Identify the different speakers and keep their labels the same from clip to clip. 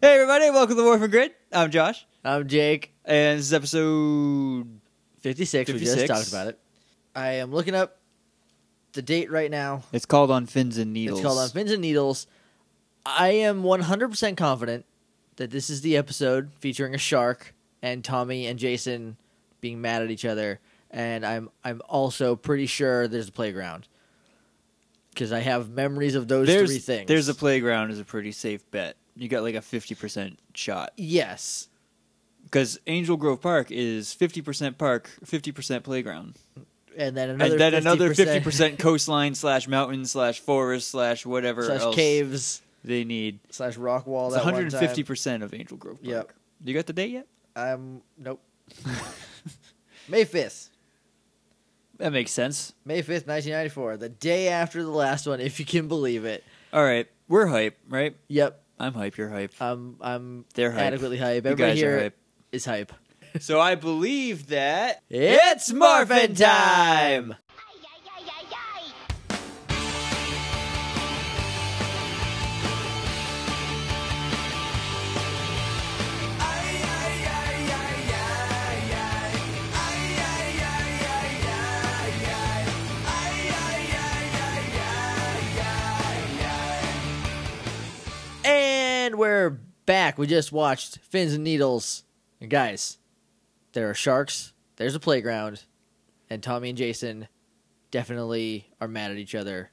Speaker 1: Hey everybody, welcome to War for Grid. I'm Josh,
Speaker 2: I'm Jake.
Speaker 1: and this is episode.
Speaker 2: 56, We
Speaker 1: 56.
Speaker 2: just talked about it. I am looking up the date right now.
Speaker 1: It's called On Fins and Needles.
Speaker 2: It's called On Fins and Needles. I am 100% confident that this is the episode featuring a shark and Tommy and Jason being mad at each other. And I'm I'm also pretty sure there's a playground because I have memories of those
Speaker 1: There's
Speaker 2: three things.
Speaker 1: there's a playground is a pretty safe bet. You got like a fifty percent shot
Speaker 2: yes,
Speaker 1: because Angel Grove Park is fifty percent park, fifty percent playground,
Speaker 2: and then another
Speaker 1: and then another fifty percent coastline slash mountain slash forest slash whatever
Speaker 2: slash
Speaker 1: else
Speaker 2: caves
Speaker 1: they need.
Speaker 2: slash rock wall.
Speaker 1: It's
Speaker 2: that
Speaker 1: one
Speaker 2: one
Speaker 1: hundred and
Speaker 2: time.
Speaker 1: fifty percent of Angel Grove Park.
Speaker 2: Yep.
Speaker 1: You got the date yet?
Speaker 2: I'm Um, nope. May fifth,
Speaker 1: That makes sense.
Speaker 2: May fifth, nineteen ninety four, the day after the last one, if you can believe it.
Speaker 1: All right, we're hype, right?
Speaker 2: Yep,
Speaker 1: I'm hype. You're hype.
Speaker 2: I'm I'm
Speaker 1: They're hype.
Speaker 2: Uh, adequately hype.
Speaker 1: You
Speaker 2: Everybody
Speaker 1: guys
Speaker 2: here
Speaker 1: are hype.
Speaker 2: is hype.
Speaker 1: So I believe that
Speaker 2: It's Morphin time.
Speaker 3: Ay, ay, ay, ay, ay.
Speaker 2: And we're back. We just watched Fins and Needles. And guys, there are sharks, there's a playground, and Tommy and Jason definitely are mad at each other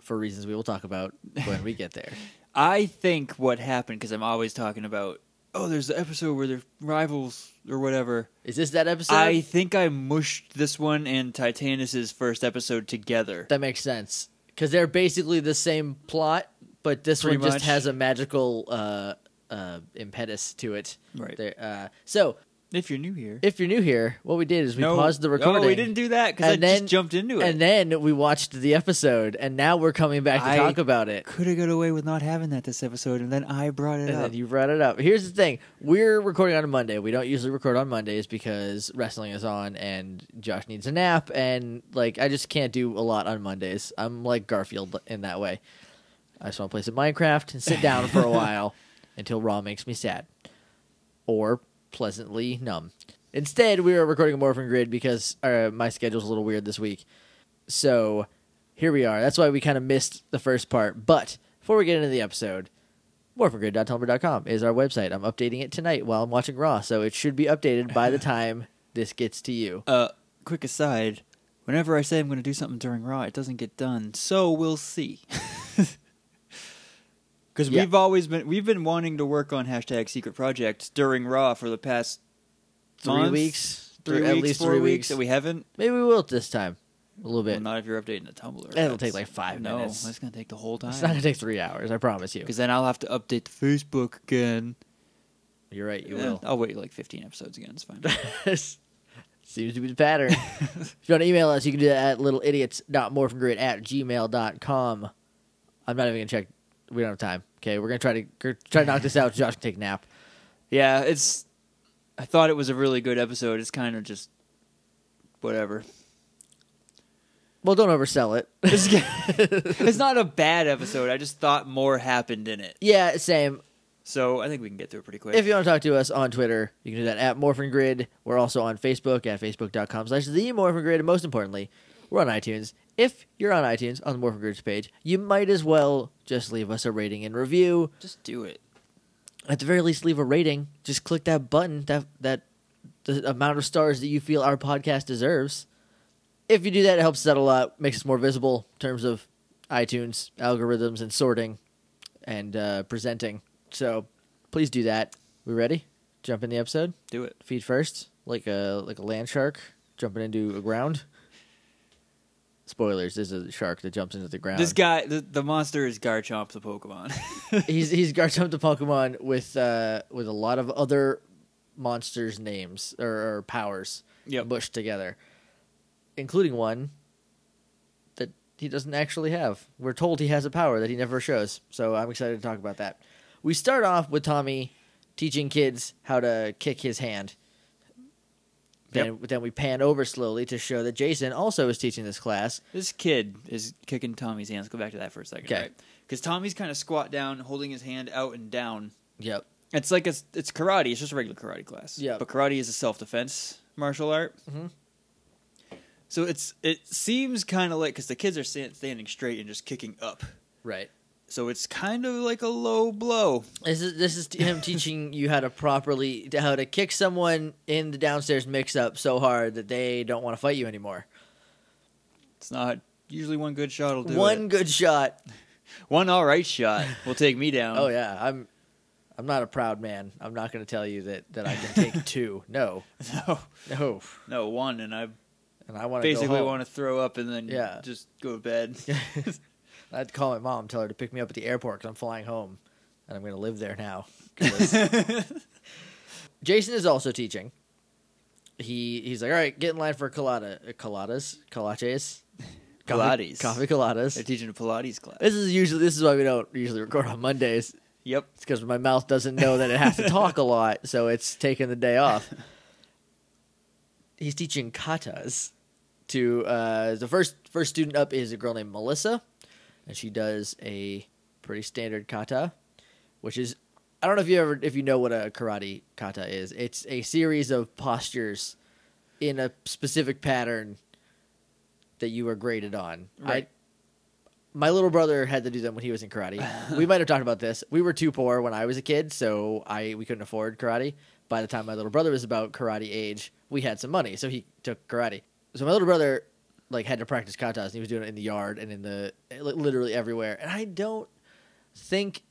Speaker 2: for reasons we will talk about when we get there.
Speaker 1: I think what happened because I'm always talking about oh, there's the episode where they're rivals or whatever.
Speaker 2: Is this that episode?
Speaker 1: I think I mushed this one and Titanus's first episode together.
Speaker 2: That makes sense because they're basically the same plot, but this
Speaker 1: Pretty
Speaker 2: one just
Speaker 1: much.
Speaker 2: has a magical uh, uh, impetus to it.
Speaker 1: Right.
Speaker 2: There, uh, so
Speaker 1: If you're new here,
Speaker 2: if you're new here, what we did is we paused the recording.
Speaker 1: No, we didn't do that because I
Speaker 2: and then-
Speaker 1: just jumped into it.
Speaker 2: And then we watched the episode, and now we're coming back to
Speaker 1: I-
Speaker 2: talk about it.
Speaker 1: could have got away with not having that this episode, and then I brought it
Speaker 2: And
Speaker 1: up.
Speaker 2: then you brought it up. Here's the thing: we're recording on a Monday. We don't usually record on Mondays because wrestling is on, and Josh needs a nap, and like I just can't do a lot on Mondays. I'm like Garfield in that way. I just want to play some Minecraft and sit down for a while until Raw makes me sad or pleasantly numb. Instead, we are recording a Morphin Grid because uh, my schedule's a little weird this week. So here we are. That's why we kind of missed the first part. But before we get into the episode, morphingrid.tumblr.com is our website. I'm updating it tonight while I'm watching Raw, so it should be updated by the time this gets to you.
Speaker 1: uh, quick aside. Whenever I say I'm going to do something during Raw, it doesn't get done. So we'll see. Because
Speaker 2: Yeah.
Speaker 1: we've always been we've been wanting to work on hashtag secret projects during Raw for the past
Speaker 2: Three
Speaker 1: month,
Speaker 2: weeks,
Speaker 1: three
Speaker 2: Th-
Speaker 1: weeks,
Speaker 2: at least
Speaker 1: four
Speaker 2: three
Speaker 1: weeks,
Speaker 2: weeks.
Speaker 1: and we haven't.
Speaker 2: Maybe we will this time a little
Speaker 1: Well,
Speaker 2: bit.
Speaker 1: not if you're updating the Tumblr.
Speaker 2: That'll
Speaker 1: That's-
Speaker 2: take like five
Speaker 1: no,
Speaker 2: minutes.
Speaker 1: it's going to take the whole
Speaker 2: It's not
Speaker 1: time.
Speaker 2: gonna take three hours. I promise you.
Speaker 1: Because then I'll have to update the Facebook again.
Speaker 2: You're right. You
Speaker 1: Eh,
Speaker 2: will.
Speaker 1: I'll wait like 15 episodes again. It's fine.
Speaker 2: Seems to be the pattern. if you want to email us, you can do that at littleidiots.morphingrid at gmail.com. I'm not even going to check. We don't have time. Okay, we're going to try to gr- try to knock this out. Josh can take a nap.
Speaker 1: yeah, it's. I thought it was a really good episode. It's kind of just whatever.
Speaker 2: Well, don't oversell it.
Speaker 1: it's not a bad episode. I just thought more happened in it.
Speaker 2: yeah, same.
Speaker 1: So I think we can get through it pretty quick.
Speaker 2: If you want to talk to us on Twitter, you can do that at morphingrid. We're also on Facebook at facebook.com slash the morphingrid. And most importantly, we're on iTunes. If you're on iTunes on the Morphin Grid's page, you might as well just leave us a rating and review.
Speaker 1: just do it.
Speaker 2: at the very least leave a rating just click that button that that the amount of stars that you feel our podcast deserves if you do that it helps us out a lot makes us more visible in terms of itunes algorithms and sorting and uh, presenting so please do that we ready jump in the episode
Speaker 1: Do it.
Speaker 2: feet first like a like a land shark jumping into a ground spoilers this is a shark that jumps into the ground
Speaker 1: This guy, the, the monster is Garchomp the Pokemon.
Speaker 2: he's he's Garchomp the Pokemon with uh with a lot of other monsters' names or, or powers
Speaker 1: Yep.
Speaker 2: bushed together, including one that he doesn't actually have. We're told he has a power that he never shows, so I'm excited to talk about that. We start off with Tommy teaching kids how to kick his hand. Then, then we pan over slowly to show that Jason also is teaching this class.
Speaker 1: This kid is kicking Tommy's hands. Go back to that for a second,
Speaker 2: 'Kay.
Speaker 1: right? Because Tommy's kind of squat down, holding his hand out and down.
Speaker 2: Yep.
Speaker 1: It's like it's it's karate. It's just a regular karate class.
Speaker 2: Yeah.
Speaker 1: but karate is a self defense martial art.
Speaker 2: Mhm.
Speaker 1: So it's it seems kind of like because the kids are stand, standing straight and just kicking up.
Speaker 2: Right.
Speaker 1: So it's kind of like a low blow.
Speaker 2: This is this is him teaching you how to properly how to kick someone in the downstairs mix up so hard that they don't want to fight you anymore.
Speaker 1: It's not usually one good shot will do
Speaker 2: One
Speaker 1: it.
Speaker 2: good shot.
Speaker 1: One all right shot will take me down.
Speaker 2: Oh yeah, I'm I'm not a proud man. I'm not going to tell you that that I can take two. No.
Speaker 1: No,
Speaker 2: No.
Speaker 1: no one, and I
Speaker 2: And I want to
Speaker 1: basically want to throw up and then
Speaker 2: Yeah.
Speaker 1: just go to bed.
Speaker 2: I'd call my mom, tell her to pick me up at the airport because I'm flying home, and I'm going to live there now. 'Cause- Jason is also teaching. He he's like, all right, get in line for colada, uh, coladas, colaches, Coffee-
Speaker 1: Pilates.
Speaker 2: coffee coladas.
Speaker 1: They're teaching a Pilates class.
Speaker 2: This is usually this is why we don't usually record on Mondays.
Speaker 1: Yep.
Speaker 2: It's because my mouth doesn't know that it has to talk a lot, so it's taking the day off. He's teaching katas to uh, the first first student up is a girl named Melissa, and she does a pretty standard kata, which is I don't know if you ever if you know what a karate kata is. It's a series of postures in a specific pattern that you are graded on. I,
Speaker 1: Right.
Speaker 2: my little brother had to do them when he was in karate. we might have talked about this. We were too poor when I was a kid, so I we couldn't afford karate. By the time my little brother was about karate age, we had some money, so he took karate. So my little brother like had to practice katas, and he was doing it in the yard and in the like, literally everywhere. And I don't think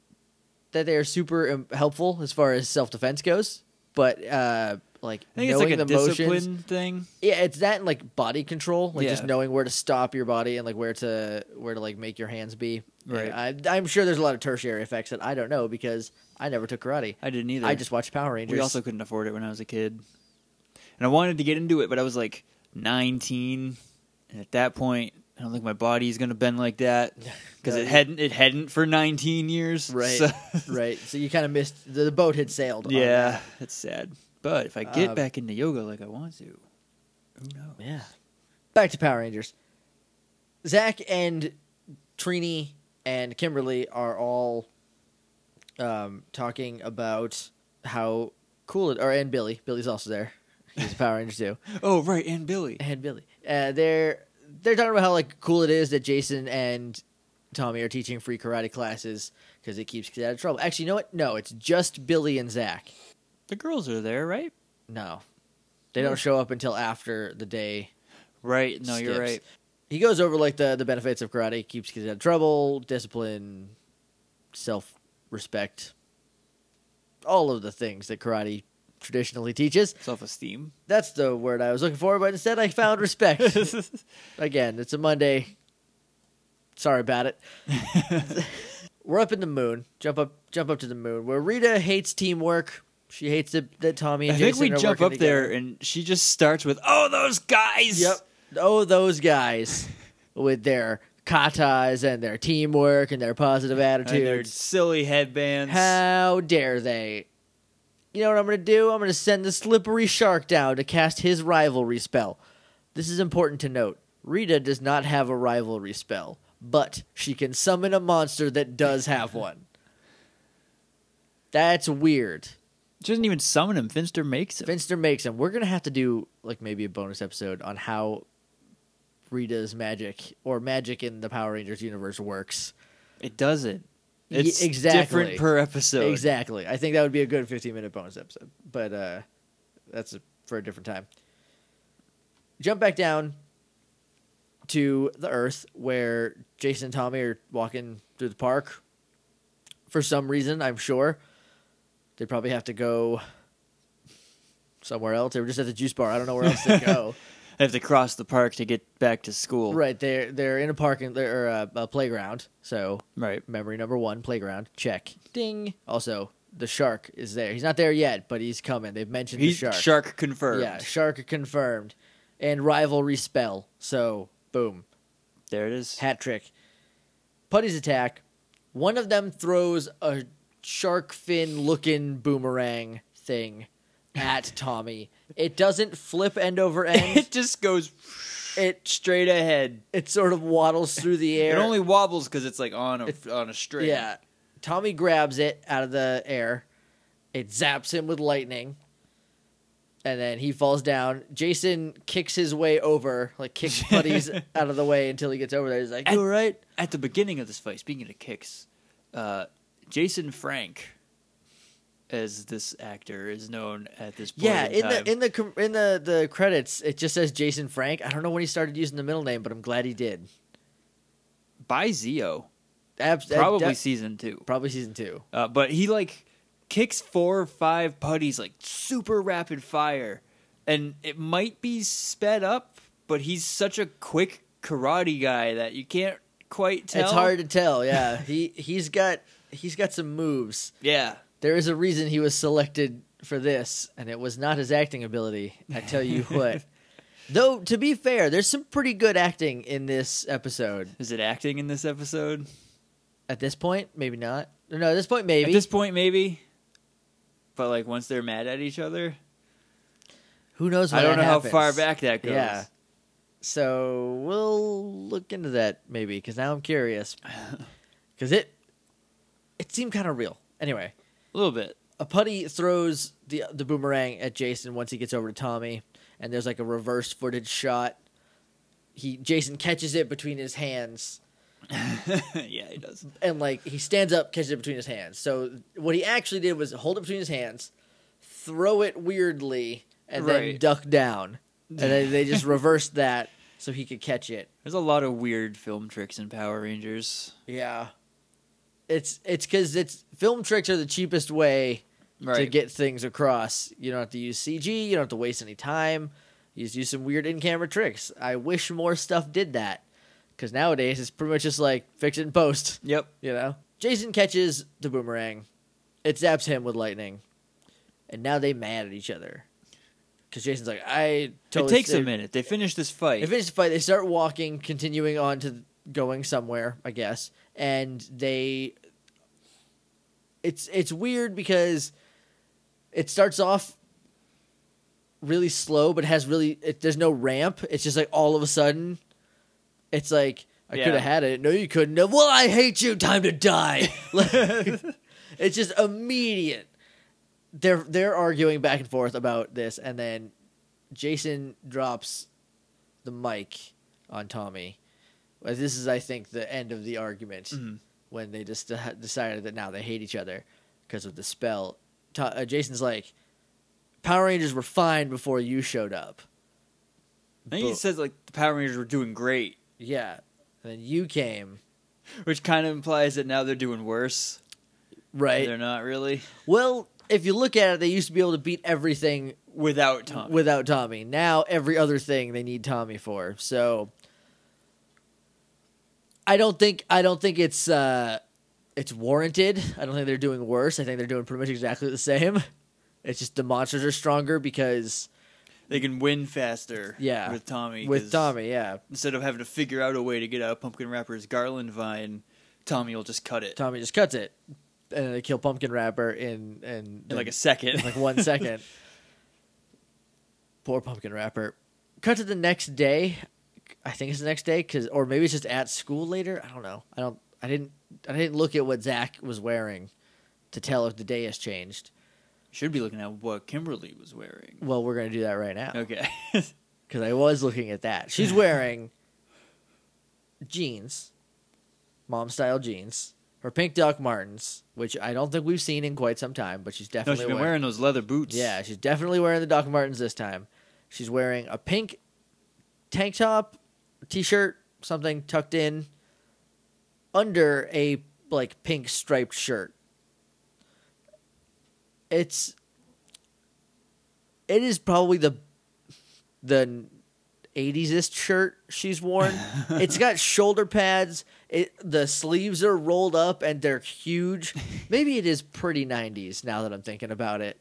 Speaker 2: that they are super um, helpful as far as self defense goes, but uh, like
Speaker 1: I think it's
Speaker 2: knowing
Speaker 1: like a
Speaker 2: the motions,
Speaker 1: discipline thing.
Speaker 2: yeah, it's that and like body control, like just
Speaker 1: Yeah.
Speaker 2: knowing where to stop your body and like where to where to like make your hands be.
Speaker 1: Right.
Speaker 2: And I, I'm sure there's a lot of tertiary effects that I don't know because I never took karate.
Speaker 1: I didn't either.
Speaker 2: I just watched Power Rangers.
Speaker 1: we also couldn't afford it when I was a kid, and I wanted to get into it, but I was like 19, and at that point, I don't think my body's gonna bend like that because
Speaker 2: No,
Speaker 1: it
Speaker 2: you-
Speaker 1: hadn't it hadn't for 19 years.
Speaker 2: right,
Speaker 1: So-
Speaker 2: right. So you kind of missed the, the boat had sailed. on
Speaker 1: yeah, it's sad. But if I get
Speaker 2: Uh,
Speaker 1: back into yoga like I want to, who knows?
Speaker 2: that. yeah. Back to Power Rangers. Zach and Trini and Kimberly are all um, talking about how cool it. Or and Billy. Billy's also there. He's a Power Ranger too.
Speaker 1: Oh right, and Billy.
Speaker 2: and Billy. Uh, they're they're talking about how like cool it is that Jason and Tommy are teaching free karate classes because it keeps kids out of trouble. Actually, you know what? No, it's just Billy and Zach.
Speaker 1: The girls are there, right?
Speaker 2: No, they don't show up until after the day.
Speaker 1: Right. No, you're
Speaker 2: skips.
Speaker 1: right.
Speaker 2: He goes over like the the benefits of karate: keeps kids out of trouble, discipline, self respect, all of the things that karate traditionally teaches.
Speaker 1: Self esteem.
Speaker 2: That's the word I was looking for, but instead I found respect. again, it's a Monday. Sorry about it. We're up in the moon. Jump up, jump up to the moon. Where Rita hates teamwork. She hates that, that Tommy and
Speaker 1: I
Speaker 2: Jason
Speaker 1: think we
Speaker 2: are
Speaker 1: jump
Speaker 2: working
Speaker 1: up there
Speaker 2: together.
Speaker 1: and she just starts with, "Oh, those guys."
Speaker 2: Yep. Oh, those guys with their katas and their teamwork and their positive
Speaker 1: And their
Speaker 2: attitudes.
Speaker 1: Uh, silly headbands.
Speaker 2: How dare they? You know what I'm going to do? I'm going to send the slippery shark down to cast his rivalry spell. This is important to note. Rita does not have a rivalry spell, but she can summon a monster that does have one. That's weird.
Speaker 1: She doesn't even summon him. Finster makes him.
Speaker 2: Finster makes him. We're going to have to do like maybe a bonus episode on how Rita's magic or magic in the Power Rangers universe works.
Speaker 1: It doesn't.
Speaker 2: Ye-
Speaker 1: It's
Speaker 2: exactly.
Speaker 1: different per episode.
Speaker 2: Exactly. I think that would be a good 15 minute bonus episode, but uh, that's a, for a different time. Jump back down to the Earth where Jason and Tommy are walking through the park. For some reason, I'm sure they probably have to go somewhere else. They were just at the juice bar. I don't know where else they go.
Speaker 1: I have to cross the park to get back to school.
Speaker 2: right? They're they're in a parking or a, a playground. So
Speaker 1: Right.
Speaker 2: Memory number one, playground. Check. Ding. Also, the shark is there. He's not there yet, but he's coming. They've mentioned
Speaker 1: He's
Speaker 2: the
Speaker 1: shark.
Speaker 2: shark.
Speaker 1: confirmed.
Speaker 2: Yeah, shark confirmed. And rivalry spell. So, boom.
Speaker 1: There it is.
Speaker 2: Hat trick. Putties attack. One of them throws a shark fin looking boomerang thing at Tommy. It doesn't flip end over end.
Speaker 1: it just goes
Speaker 2: it
Speaker 1: straight ahead.
Speaker 2: it sort of waddles through the air.
Speaker 1: It only wobbles because it's like on a
Speaker 2: It's-
Speaker 1: on a string.
Speaker 2: Yeah. Tommy grabs it out of the air. It zaps him with lightning. And then he falls down. Jason kicks his way over, like kicks buddies out of the way until he gets over there. He's like,
Speaker 1: And-
Speaker 2: "You all right?"
Speaker 1: At the beginning of this fight, speaking of kicks, uh, Jason Frank, as this actor is known at this point.
Speaker 2: Yeah, in
Speaker 1: time.
Speaker 2: the in the com- in the the credits, it just says Jason Frank. I don't know when he started using the middle name, but I'm glad he did.
Speaker 1: by Zio,
Speaker 2: Abs-
Speaker 1: probably
Speaker 2: def-
Speaker 1: season two.
Speaker 2: probably season two.
Speaker 1: Uh, but he like kicks four or five putties like super rapid fire, and it might be sped up, but he's such a quick karate guy that you can't quite tell.
Speaker 2: It's hard to tell. Yeah, he he's got he's got some moves.
Speaker 1: Yeah,
Speaker 2: There is a reason he was selected for this, and it was not his acting ability. I tell you what. Though to be fair, there's some pretty good acting in this episode.
Speaker 1: is it acting in this episode?
Speaker 2: At this point, maybe not. No, at this point, maybe.
Speaker 1: At this point, maybe. But like once they're mad at each other,
Speaker 2: Who knows? When
Speaker 1: I don't
Speaker 2: that
Speaker 1: know
Speaker 2: happens.
Speaker 1: how far back that goes.
Speaker 2: Yeah. So we'll look into that maybe because now I'm curious. Because it it seemed kind of real. Anyway,
Speaker 1: A little bit.
Speaker 2: a putty throws the the boomerang at Jason once he gets over to Tommy, and there's like a reverse footage shot. He Jason catches it between his hands,
Speaker 1: yeah, he does.
Speaker 2: and like he stands up, catches it between his hands. So what he actually did was hold it between his hands, throw it weirdly, and then
Speaker 1: Right.
Speaker 2: duck down, and then they just reversed that so he could catch it.
Speaker 1: There's a lot of weird film tricks in Power Rangers.
Speaker 2: Yeah, it's it's because it's film tricks are the cheapest way to
Speaker 1: Right.
Speaker 2: get things across. You don't have to use CG. You don't have to waste any time. You just use some weird in-camera tricks. I wish more stuff did that because nowadays it's pretty much just like fix it in post.
Speaker 1: yep.
Speaker 2: You know, Jason catches the boomerang. It zaps him with lightning, and now they mad at each other because Jason's like, I. Totally
Speaker 1: it takes a
Speaker 2: saved-
Speaker 1: minute. They finish this fight.
Speaker 2: they finish the fight. They start walking, continuing on to going somewhere, I guess. And they, it's it's weird because it starts off really slow, but has really it, there's no ramp. It's just like all of a sudden, it's like I
Speaker 1: Yeah.
Speaker 2: could have had it. No, you couldn't have. Well, I hate you. Time to die. Like, it's just immediate. They're they're arguing back and forth about this, and then Jason drops the mic on Tommy. Well, This is, I think, the end of the argument
Speaker 1: Mhm.
Speaker 2: when they just de- decided that now they hate each other because of the spell. To- uh, Jason's like, Power Rangers were fine before you showed up.
Speaker 1: I think he
Speaker 2: But-
Speaker 1: says like the Power Rangers were doing great,
Speaker 2: yeah. And then you came,
Speaker 1: which kind of implies that now they're doing worse.
Speaker 2: right?
Speaker 1: They're not really
Speaker 2: Well, if you look at it, they used to be able to beat everything
Speaker 1: without Tom.
Speaker 2: without Tommy. Now every other thing they need Tommy for. So I don't think I don't think it's uh it's warranted. I don't think they're doing worse. I think they're doing pretty much exactly the same. It's just the monsters are stronger because
Speaker 1: they can win faster.
Speaker 2: Yeah.
Speaker 1: with Tommy.
Speaker 2: with
Speaker 1: 'cause
Speaker 2: Tommy, yeah.
Speaker 1: instead of having to figure out a way to get out of Pumpkin Wrapper's garland vine, Tommy will just cut it
Speaker 2: Tommy just cuts it. And they kill Pumpkin Wrapper in in,
Speaker 1: in like a second.
Speaker 2: in like one second. Poor pumpkin wrapper. Cut to the next day. I think it's the next day, cause or maybe it's just at school later. I don't know. I don't. I didn't. I didn't look at what Zach was wearing to tell if the day has changed.
Speaker 1: Should be looking at what Kimberly was wearing.
Speaker 2: Well, we're gonna do that right now
Speaker 1: Okay.
Speaker 2: because I was looking at that. She's wearing jeans, mom style jeans, her pink Doc Martens, which I don't think we've seen in quite some time, but she's
Speaker 1: no,
Speaker 2: definitely
Speaker 1: she's been
Speaker 2: wearing.
Speaker 1: wearing those leather boots.
Speaker 2: Yeah, she's definitely wearing the Doc Martens this time. She's wearing a pink tank top, t-shirt, something tucked in under a like pink striped shirt. It's it is probably the the 80s-ist shirt she's worn. it's got shoulder pads. It the sleeves are rolled up and they're huge. Maybe it is pretty 90s now that I'm thinking about it.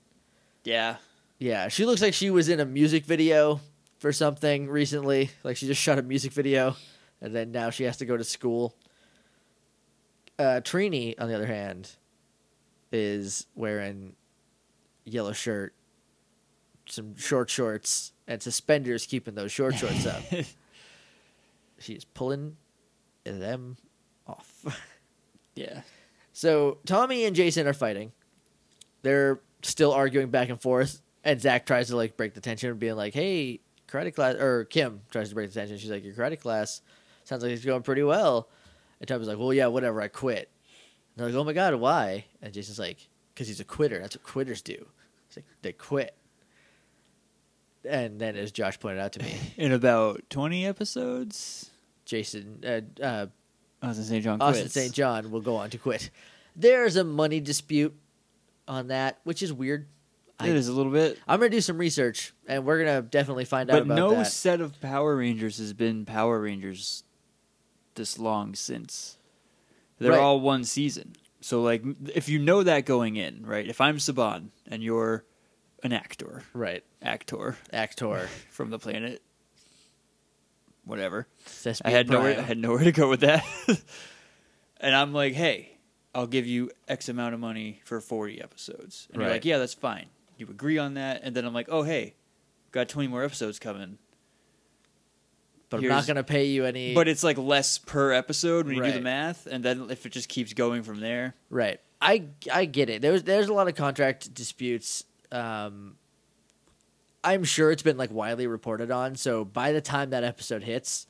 Speaker 1: yeah.
Speaker 2: Yeah, she looks like she was in a music video for something recently. Like she just shot a music video, and then now she has to go to school. Uh, Trini, on the other hand, is wearing yellow shirt, some short shorts and suspenders, keeping those short shorts up. She's pulling them off.
Speaker 1: Yeah.
Speaker 2: So Tommy and Jason are fighting. They're still arguing back and forth, and Zach tries to like break the tension, being like, "Hey, karate class," or Kim tries to break the tension. She's like, "Your karate class sounds like it's going pretty well." And Tommy's like, "Well, yeah, whatever. I quit." And they're like, "Oh my god, why?" And Jason's like, "Cause he's a quitter. That's what quitters do. It's like they quit." And then, as Josh pointed out to me,
Speaker 1: In about 20 episodes,
Speaker 2: Jason uh, uh,
Speaker 1: I was going to say John
Speaker 2: Austin
Speaker 1: quits.
Speaker 2: St. John will go on to quit. There's a money dispute on that, which is weird. I-
Speaker 1: It is a little bit.
Speaker 2: I'm gonna do some research, and we're gonna definitely find out
Speaker 1: But
Speaker 2: about
Speaker 1: no
Speaker 2: that.
Speaker 1: set of Power Rangers has been Power Rangers this long since. They're
Speaker 2: Right.
Speaker 1: all one season. So, like, m- if you know that going in, right? If I'm Saban and you're an actor,
Speaker 2: right,
Speaker 1: actor
Speaker 2: actor.
Speaker 1: from the planet, whatever.
Speaker 2: Sesame
Speaker 1: I had nowhere, I
Speaker 2: Prime.
Speaker 1: had nowhere to go with that. and I'm like, hey, I'll give you X amount of money for 40 episodes. And you're
Speaker 2: Right.
Speaker 1: like, yeah, that's fine. You agree on that. And then I'm like, oh, hey, got 20 more episodes coming.
Speaker 2: but I'm not
Speaker 1: here's-
Speaker 2: gonna pay you any.
Speaker 1: But it's like less per episode when you do
Speaker 2: Right.
Speaker 1: the math. And then if it just keeps going from there,
Speaker 2: right, I I get it. There's there's a lot of contract disputes. Um, I'm sure it's been like widely reported on. So by the time that episode hits,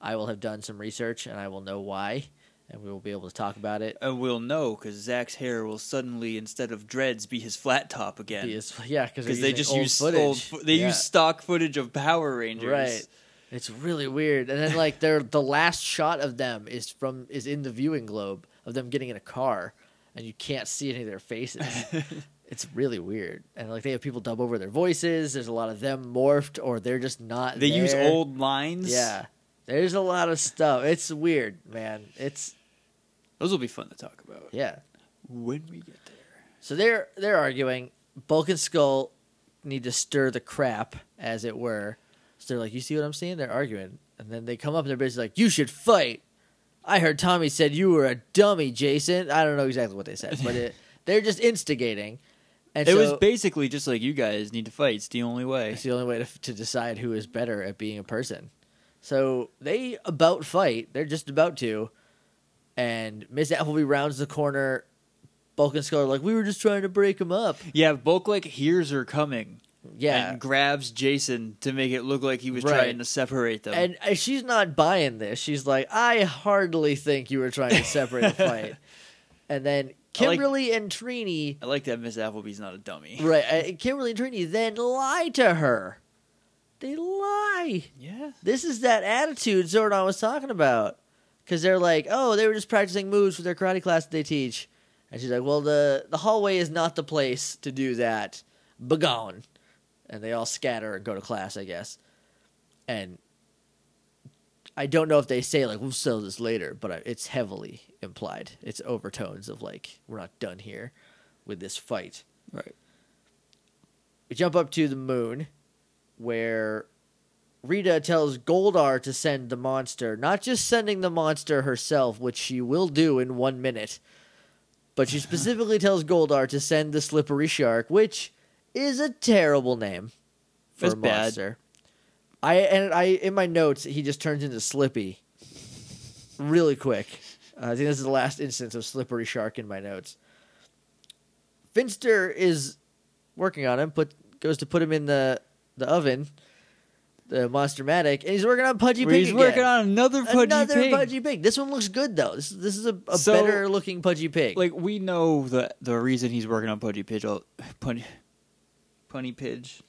Speaker 2: I will have done some research and I will know why, and we will be able to talk about it.
Speaker 1: uh, we'll know because Zach's hair will suddenly, instead of dreads, be his flat top again.
Speaker 2: Because- yeah, because
Speaker 1: because they just
Speaker 2: old
Speaker 1: use
Speaker 2: footage.
Speaker 1: old, fo- they
Speaker 2: Yeah.
Speaker 1: use stock footage of Power Rangers.
Speaker 2: Right. It's really weird. And then like they're the last shot of them is from is in the viewing globe of them getting in a car and you can't see any of their faces. it's really weird. And like they have people dub over their voices. There's a lot of them morphed or they're just not
Speaker 1: They use
Speaker 2: there.
Speaker 1: old lines.
Speaker 2: Yeah. There's a lot of stuff. It's weird, man. It's
Speaker 1: Those will be fun to talk about.
Speaker 2: yeah.
Speaker 1: when we get there.
Speaker 2: So they're they're arguing. Bulk and Skull need to stir the crap, as it were. So they're like, "You see what I'm saying?" They're arguing, and then they come up and they're basically like, "You should fight." I heard Tommy said you were a dummy, Jason. I don't know exactly what they said, but it, they're just instigating. And
Speaker 1: it
Speaker 2: so
Speaker 1: was basically just like you guys need to fight. It's the only way.
Speaker 2: it's the only way to, to decide who is better at being a person. So they about fight. They're just about to. And Miss Appleby rounds the corner. Bulk and Skull are like, we were just trying to break him up.
Speaker 1: Yeah, Bulk like hears her coming.
Speaker 2: Yeah.
Speaker 1: and grabs Jason to make it look like he was
Speaker 2: Right.
Speaker 1: trying to separate them.
Speaker 2: And uh, she's not buying this. She's like, I hardly think you were trying to separate a fight. And then
Speaker 1: I like-
Speaker 2: Kimberly and Trini,
Speaker 1: I like that Miss Appleby's not a dummy.
Speaker 2: right? Uh, Kimberly and Trini then lie to her. They lie.
Speaker 1: Yeah,
Speaker 2: This is that attitude Zordon was talking about. Because they're like, oh, they were just practicing moves for their karate class that they teach. And she's like, well, the, the hallway is not the place to do that. Begone. And they all scatter and go to class, I guess. And I don't know if they say, like, we'll sell this later, but I, it's heavily implied. It's overtones of, like, we're not done here with this fight.
Speaker 1: right.
Speaker 2: We jump up to the moon, where Rita tells Goldar to send the monster, not just sending the monster herself, which she will do in one minute, but she specifically tells Goldar to send the slippery shark, which is a terrible name for
Speaker 1: That's
Speaker 2: a
Speaker 1: bad.
Speaker 2: monster. I and I in my notes he just turns into Slippy really quick. Uh, I think this is the last instance of slippery shark in my notes. Finster is working on him. Put goes to put him in the the oven, the monster matic, and he's working on Pudgy
Speaker 1: Where
Speaker 2: Pig.
Speaker 1: he's working
Speaker 2: again.
Speaker 1: on another pudgy
Speaker 2: another
Speaker 1: pig.
Speaker 2: Pudgy Pig. This one looks good though. This this is a, a
Speaker 1: So-
Speaker 2: better looking Pudgy Pig.
Speaker 1: Like we know the the reason he's working on pudgy pig, all- punny, punny pidge.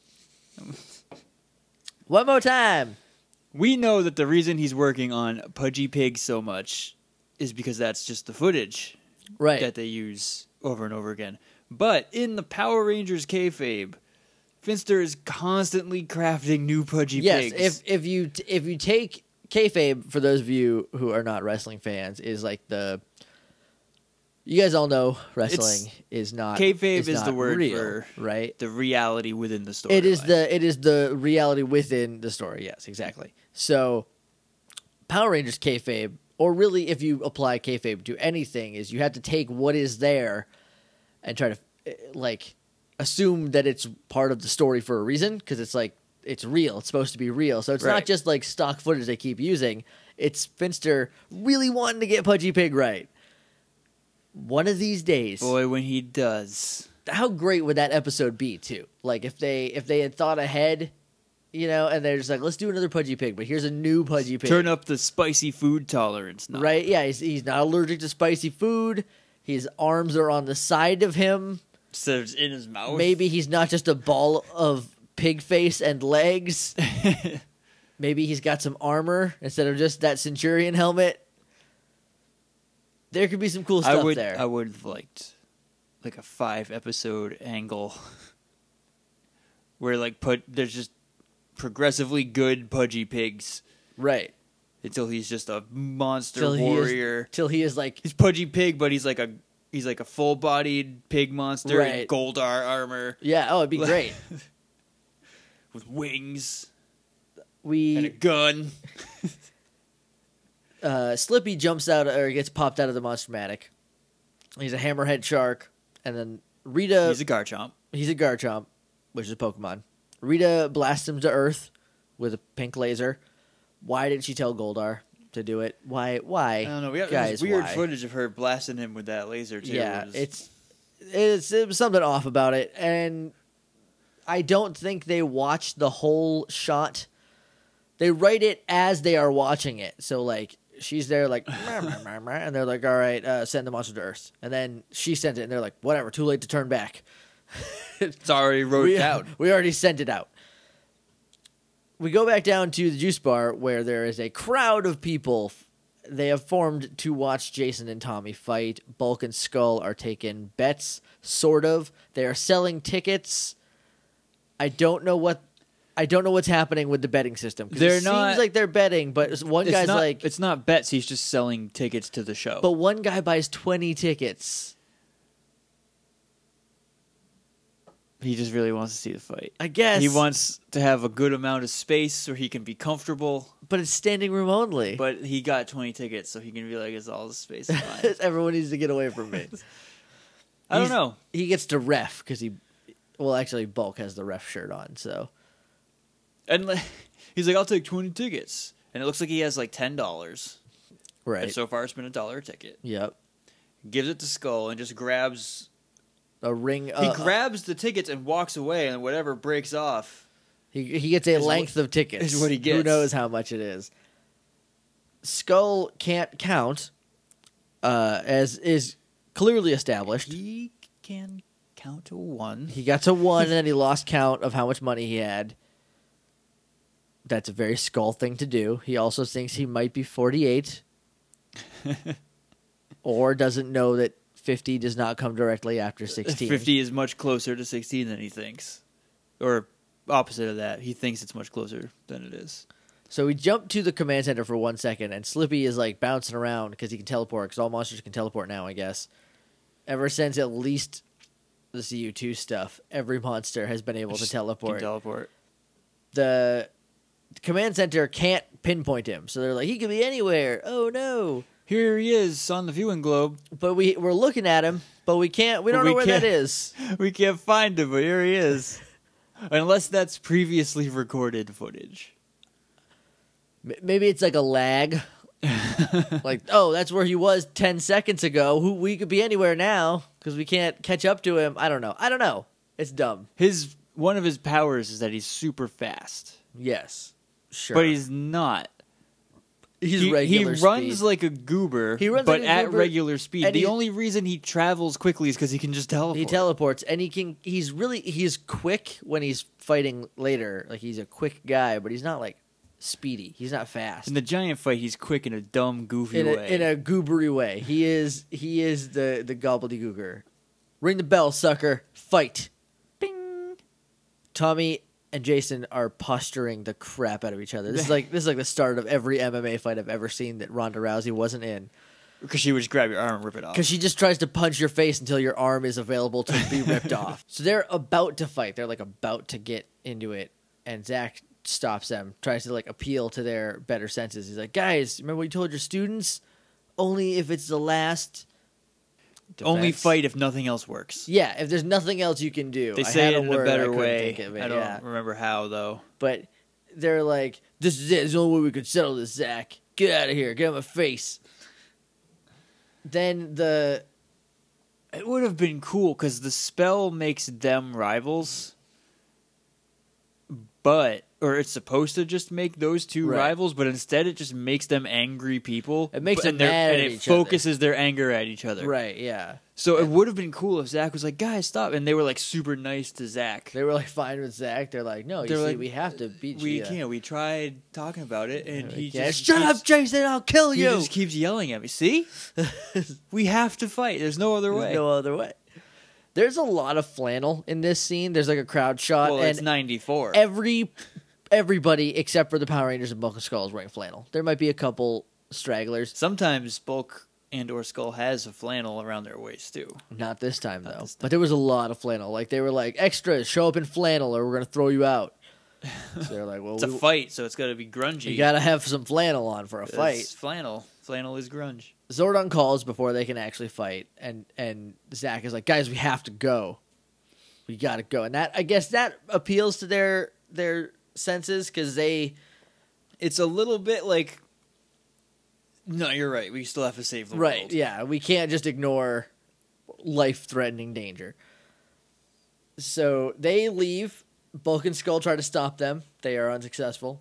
Speaker 2: one more time.
Speaker 1: We know that the reason he's working on pudgy pig so much is because that's just the footage.
Speaker 2: Right.
Speaker 1: that they use over and over again. But in the Power Rangers kayfabe, Finster is constantly crafting new pudgy
Speaker 2: yes.
Speaker 1: pigs.
Speaker 2: If if you t- if you take kayfabe for those of you who are not wrestling fans is like the. You guys all know wrestling is not
Speaker 1: Kayfabe is
Speaker 2: not
Speaker 1: the word
Speaker 2: real,
Speaker 1: for-
Speaker 2: right.
Speaker 1: the reality within the story.
Speaker 2: It is the it is the reality within the story. Yes, exactly. So, Power Rangers kayfabe, or really, if you apply kayfabe to anything, is you have to take what is there and try to eh, like assume that it's part of the story for a reason because it's like it's real. It's supposed to be real. So it's
Speaker 1: Right.
Speaker 2: not just like stock footage they keep using. It's Finster really wanting to get Pudgy Pig right. One of these days,
Speaker 1: Boy, when he does.
Speaker 2: how great would that episode be too? Like if they if they had thought ahead, you know, and they're just like, let's do another Pudgy Pig, but here's a new Pudgy Pig.
Speaker 1: Turn up the spicy food tolerance. knob.
Speaker 2: Right? Yeah, he's, he's not allergic to spicy food. His arms are on the side of him.
Speaker 1: So it's in his mouth.
Speaker 2: Maybe he's not just a ball of pig face and legs. Maybe he's got some armor instead of just that centurion helmet. There could be some cool
Speaker 1: I
Speaker 2: stuff
Speaker 1: would.
Speaker 2: there.
Speaker 1: I would have liked like a five episode angle where like put there's just progressively good pudgy pigs
Speaker 2: right.
Speaker 1: until he's just a monster
Speaker 2: Till he is,
Speaker 1: warrior.
Speaker 2: till he is like
Speaker 1: he's pudgy pig, but he's like a he's like a full bodied pig monster in
Speaker 2: Right.
Speaker 1: Goldar armor
Speaker 2: yeah, oh, it'd be great.
Speaker 1: with wings and a
Speaker 2: We
Speaker 1: gun.
Speaker 2: uh, Slippy jumps out or gets popped out of the monstermatic. He's a hammerhead shark, and then Rita
Speaker 1: he's a Garchomp.
Speaker 2: He's a Garchomp, which is a Pokemon. Rita blasts him to Earth with a pink laser. Why didn't she tell Goldar to do it? Why? Why?
Speaker 1: I don't know. We got
Speaker 2: guys,
Speaker 1: this weird
Speaker 2: why?
Speaker 1: footage of her blasting him with that laser too.
Speaker 2: Yeah,
Speaker 1: It was-
Speaker 2: it's it's it was something off about it, and I don't think they watched the whole shot. They write it as they are watching it, so like she's there like "Meh, meh, meh, meh," and they're like, "All right, uh, send the monster to Earth," and then she sends it, and they're like, "Whatever, too late to turn back."
Speaker 1: it's already wrote
Speaker 2: we,
Speaker 1: down.
Speaker 2: we already sent it out. We go back down to the juice bar where there is a crowd of people. They have formed to watch Jason and Tommy fight. Bulk and Skull are taking bets, sort of. They are selling tickets. I don't know what. I don't know what's happening with the betting system. 'cause
Speaker 1: They're
Speaker 2: it
Speaker 1: not-
Speaker 2: seems like they're betting, but one
Speaker 1: it's
Speaker 2: guy's
Speaker 1: not,
Speaker 2: like,
Speaker 1: it's not bets. He's just selling tickets to the show.
Speaker 2: but one guy buys twenty tickets.
Speaker 1: he just really wants to see the fight.
Speaker 2: I guess
Speaker 1: He wants to have a good amount of space where he can be comfortable.
Speaker 2: but it's standing room only.
Speaker 1: But he got twenty tickets, so he can be like, "It's all the space." I find."
Speaker 2: Everyone needs to get away from me.
Speaker 1: I don't
Speaker 2: He's-
Speaker 1: know.
Speaker 2: he gets to ref because he well actually bulk has the ref shirt on so
Speaker 1: And like, he's like, "I'll take twenty tickets," and it looks like he has like ten dollars.
Speaker 2: right
Speaker 1: And so far, it's been a dollar a ticket.
Speaker 2: yep
Speaker 1: Gives it to Skull and just grabs.
Speaker 2: a ring
Speaker 1: he
Speaker 2: uh,
Speaker 1: grabs the tickets and walks away, and whatever breaks off.
Speaker 2: he, he gets a
Speaker 1: is what-
Speaker 2: length of tickets
Speaker 1: is what he
Speaker 2: who
Speaker 1: gets.
Speaker 2: knows how much it is skull can't count uh as is clearly established
Speaker 1: He can count to one.
Speaker 2: he got to one and then he lost count of how much money he had that's a very skull thing to do he also thinks he might be 48 or doesn't know that 50 does not come directly after 16
Speaker 1: 50 is much closer to 16 than he thinks. Or opposite of that, he thinks it's much closer than it is.
Speaker 2: So we jump to the command center for one second, and Slippy is like bouncing around because he can teleport. Because all monsters can teleport now, I guess. Ever since at least the CU2 stuff, every monster has been able to
Speaker 1: Just
Speaker 2: teleport.
Speaker 1: Can teleport.
Speaker 2: the command center can't pinpoint him, so they're like, he could be anywhere. Oh no!
Speaker 1: Here he is on the viewing globe.
Speaker 2: But we we're looking at him, but we can't. We
Speaker 1: But
Speaker 2: don't
Speaker 1: we
Speaker 2: know where that
Speaker 1: can't-
Speaker 2: is.
Speaker 1: We can't find him, but here he is. Unless that's previously recorded footage.
Speaker 2: M- Maybe it's like a lag. like, oh, that's where he was 10 seconds ago. Who we could be anywhere now because we can't catch up to him. I don't know. I don't know. It's dumb.
Speaker 1: His one of his powers is that he's super fast,
Speaker 2: Yes. Sure.
Speaker 1: but he's not.
Speaker 2: he's
Speaker 1: He, he
Speaker 2: regular
Speaker 1: runs
Speaker 2: speed.
Speaker 1: like a goober,
Speaker 2: He runs
Speaker 1: but
Speaker 2: like a
Speaker 1: at
Speaker 2: goober,
Speaker 1: regular speed.
Speaker 2: and
Speaker 1: The
Speaker 2: he-
Speaker 1: only reason he travels quickly is because he can just teleport.
Speaker 2: he teleports and he can he's really he's quick when he's fighting later. Like he's a quick guy, but he's not like speedy. He's not fast.
Speaker 1: In the giant fight, he's quick in a dumb, goofy
Speaker 2: in a,
Speaker 1: way.
Speaker 2: in a goobery way. He is he is the the gobbledygooker. Ring the bell, sucker! Fight. Bing. Tommy and Jason are posturing the crap out of each other. This is like this is like the start of every MMA fight I've ever seen that Ronda Rousey wasn't in
Speaker 1: Because she would just grab your arm and rip it off.
Speaker 2: because she just tries to punch your face until your arm is available to be ripped off. So they're about to fight. They're like about to get into it, and Zach stops them, tries to like appeal to their better senses. He's like, "Guys, remember what you told your students? Only if it's the last
Speaker 1: only
Speaker 2: defense.
Speaker 1: fight if nothing else works.
Speaker 2: Yeah, if there's nothing else you can do,
Speaker 1: They
Speaker 2: I
Speaker 1: say
Speaker 2: had
Speaker 1: it in a,
Speaker 2: word, I
Speaker 1: better
Speaker 2: couldn't
Speaker 1: way.
Speaker 2: think of it,
Speaker 1: I don't
Speaker 2: yeah.
Speaker 1: remember how though.
Speaker 2: But they're like, "This is it. It's the only way we could settle this, Zach. Get out of here. Get out of my face." Then the
Speaker 1: It would have been cool because the spell makes them rivals, but or it's supposed to just make those two
Speaker 2: Right.
Speaker 1: rivals, but instead it just makes them angry people.
Speaker 2: It makes
Speaker 1: but-
Speaker 2: them
Speaker 1: and they're-
Speaker 2: mad
Speaker 1: and
Speaker 2: at
Speaker 1: it
Speaker 2: each other.
Speaker 1: focuses their anger at each other.
Speaker 2: right, yeah,
Speaker 1: So it would have been cool if Zach was like, "Guys, stop!" and they were like super nice to Zach.
Speaker 2: they were like fine with Zach. They're like, "No, you
Speaker 1: They're
Speaker 2: see,
Speaker 1: like,
Speaker 2: we have to beat
Speaker 1: we
Speaker 2: you."
Speaker 1: can't. We tried talking about it, and he
Speaker 2: Yeah,
Speaker 1: just
Speaker 2: shut
Speaker 1: keeps-
Speaker 2: up, Jason. I'll kill
Speaker 1: He
Speaker 2: you.
Speaker 1: just keeps yelling at me. See, we have to fight. There's no other
Speaker 2: There's
Speaker 1: way.
Speaker 2: no other way. There's a lot of flannel in this scene. There's like a crowd shot,
Speaker 1: well,
Speaker 2: and
Speaker 1: it's 94.
Speaker 2: every everybody except for the Power Rangers and Buck and Skull is wearing flannel. There might be a couple stragglers.
Speaker 1: Sometimes Bulk and or Skull has a flannel around their waist too.
Speaker 2: Not this time though.
Speaker 1: this
Speaker 2: But there was a lot of flannel. Like they were like, "Extras, show up in flannel, or we're gonna throw you out." So they're like, "Well,
Speaker 1: It's a
Speaker 2: we,
Speaker 1: fight, so it's got to be grungy.
Speaker 2: you gotta have some flannel on for a
Speaker 1: It's
Speaker 2: fight."
Speaker 1: flannel. Flannel is grunge.
Speaker 2: Zordon calls before they can actually fight, and and Zach is like, "Guys, we have to go. We got to go." And that I guess that appeals to their their senses because they
Speaker 1: It's a little bit like. No, you're right. We still have to save the
Speaker 2: right,
Speaker 1: world.
Speaker 2: yeah, we can't just ignore life threatening danger. So they leave. Bulk and Skull try to stop them. They are unsuccessful.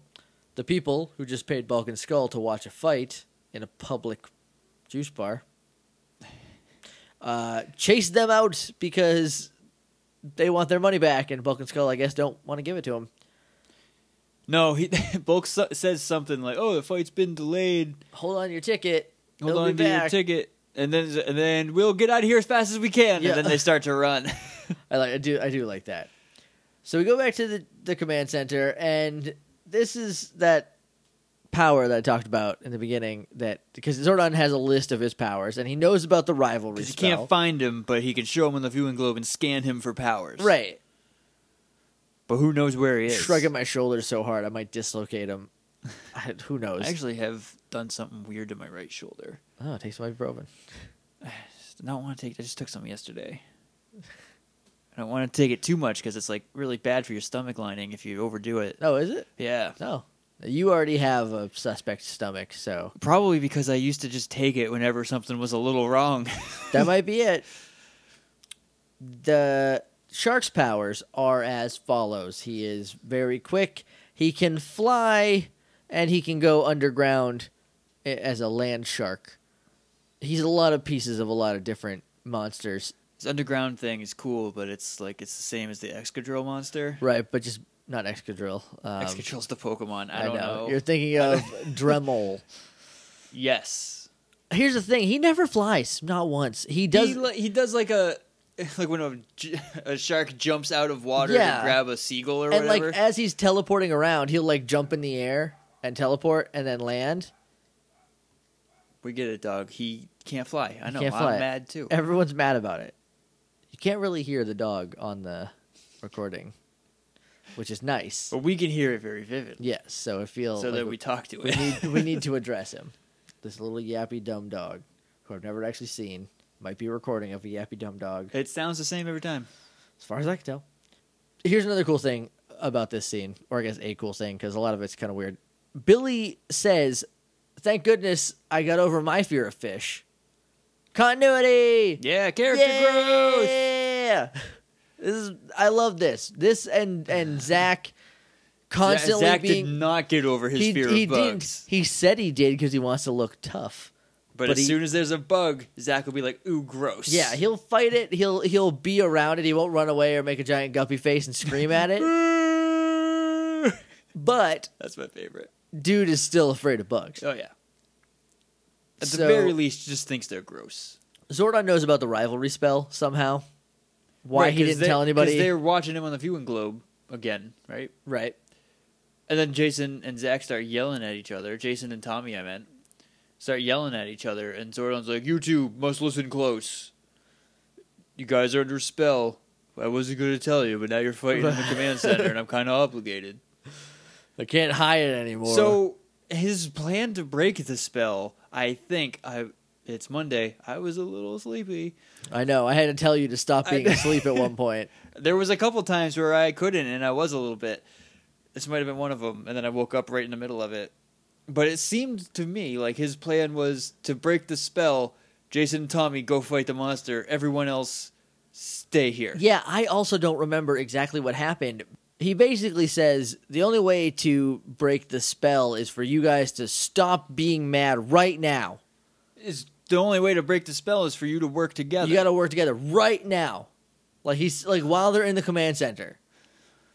Speaker 2: The people who just paid Bulk and Skull to watch a fight in a public juice bar uh, chase them out because they want their money back, and Bulk and Skull, I guess, don't want to give it to them.
Speaker 1: No, he Bulk so- says something like, "Oh, the fight's been delayed.
Speaker 2: Hold on to your ticket.
Speaker 1: Hold
Speaker 2: They'll
Speaker 1: on
Speaker 2: be
Speaker 1: to your
Speaker 2: back.
Speaker 1: ticket." And then and then we'll get out of here as fast as we can.
Speaker 2: Yeah.
Speaker 1: And then they start to run.
Speaker 2: I like. I do. I do like that. So we go back to the the command center, and this is that power that I talked about in the beginning. That because Zordon has a list of his powers, and he knows about the rivalry.
Speaker 1: Because you
Speaker 2: spell.
Speaker 1: can't find him, but he can show him on the viewing globe and scan him for powers.
Speaker 2: right.
Speaker 1: But who knows where he is?
Speaker 2: Shrugging my shoulders so hard, I might dislocate him. I, who knows?
Speaker 1: I actually have done something weird to my right shoulder.
Speaker 2: oh, it takes my ibuprofen.
Speaker 1: Just did not want to take. I just took some yesterday. I don't want to take it too much because it's like really bad for your stomach lining if you overdo it.
Speaker 2: Oh, is it?
Speaker 1: Yeah,
Speaker 2: No. You already have a suspect stomach, so
Speaker 1: probably because I used to just take it whenever something was a little wrong.
Speaker 2: that might be it. The shark's powers are as follows he is very quick, he can fly, and he can go underground a- as a land shark. He's a lot of pieces of a lot of different monsters,
Speaker 1: this underground thing is cool, but it's like it's the same as the Excadrill monster.
Speaker 2: right? But just not Excadrill. Um,
Speaker 1: Excadrill's the Pokemon. I, don't know.
Speaker 2: You're thinking of Dremel.
Speaker 1: Yes,
Speaker 2: Here's the thing he never flies, not once. He does.
Speaker 1: he, li- he does like a like when a, j- a shark jumps out of water
Speaker 2: Yeah.
Speaker 1: to grab a seagull or
Speaker 2: and
Speaker 1: whatever.
Speaker 2: like as he's teleporting around, he'll like jump in the air and teleport and then land.
Speaker 1: we get it, dog. He can't fly. I know.
Speaker 2: can't
Speaker 1: I'm
Speaker 2: fly.
Speaker 1: mad too.
Speaker 2: Everyone's mad about it. You can't really hear the dog on the recording, which is nice.
Speaker 1: But we can hear it very vividly.
Speaker 2: Yes, so I feel
Speaker 1: Oh. so
Speaker 2: like
Speaker 1: that we talk to
Speaker 2: we
Speaker 1: it.
Speaker 2: need we need to address him. This little yappy dumb dog, who I've never actually seen, might be a recording of a yappy dumb dog.
Speaker 1: it sounds the same every time.
Speaker 2: as far as I can tell. Here's another cool thing about this scene, or I guess a cool thing, because a lot of it's kind of weird. Billy says, Thank goodness I got over my fear of fish. Continuity!
Speaker 1: Yeah, character growth.
Speaker 2: Yeah! This is I love this. This and and Zach constantly
Speaker 1: Zach
Speaker 2: being
Speaker 1: did not get over his
Speaker 2: he,
Speaker 1: fear
Speaker 2: he
Speaker 1: of
Speaker 2: didn't.
Speaker 1: bugs.
Speaker 2: He said he did because he wants to look tough.
Speaker 1: But,
Speaker 2: but
Speaker 1: as
Speaker 2: he-
Speaker 1: soon as there's a bug, Zach will be like, "Ooh, gross."
Speaker 2: Yeah, he'll fight it. He'll he'll be around it. He won't run away or make a giant guppy face and scream at it. But
Speaker 1: That's my favorite.
Speaker 2: dude is still afraid of bugs.
Speaker 1: Oh yeah. At
Speaker 2: So-
Speaker 1: the very least, just thinks they're gross.
Speaker 2: Zordon knows about the rivalry spell somehow. Why
Speaker 1: Right,
Speaker 2: he
Speaker 1: 'cause
Speaker 2: didn't
Speaker 1: they-
Speaker 2: tell
Speaker 1: 'cause
Speaker 2: anybody?
Speaker 1: They're watching him on the viewing globe again, right?
Speaker 2: Right.
Speaker 1: And then Jason and Zach start yelling at each other. Jason and Tommy, I meant, start yelling at each other. And Zordon's like, "You two must listen close. You guys are under spell. I wasn't going to tell you, but now you're fighting in the command center, and I'm kind of obligated."
Speaker 2: They can't hide it anymore.
Speaker 1: So his plan to break the spell, I think, I it's Monday. I was a little sleepy.
Speaker 2: I know. I had to tell you to stop
Speaker 1: I
Speaker 2: being
Speaker 1: know.
Speaker 2: asleep at one point.
Speaker 1: There was a couple times where I couldn't, and I was a little bit. This might have been one of them, and then I woke up right in the middle of it. But it seemed to me like his plan was to break the spell. Jason and Tommy go fight the monster. Everyone else stay here.
Speaker 2: Yeah, I also don't remember exactly what happened. He basically says the only way to break the spell is for you guys to stop being mad right now.
Speaker 1: It's the only way to break the spell is for you to work together.
Speaker 2: You got to work together right now. Like he's like while they're in the command center.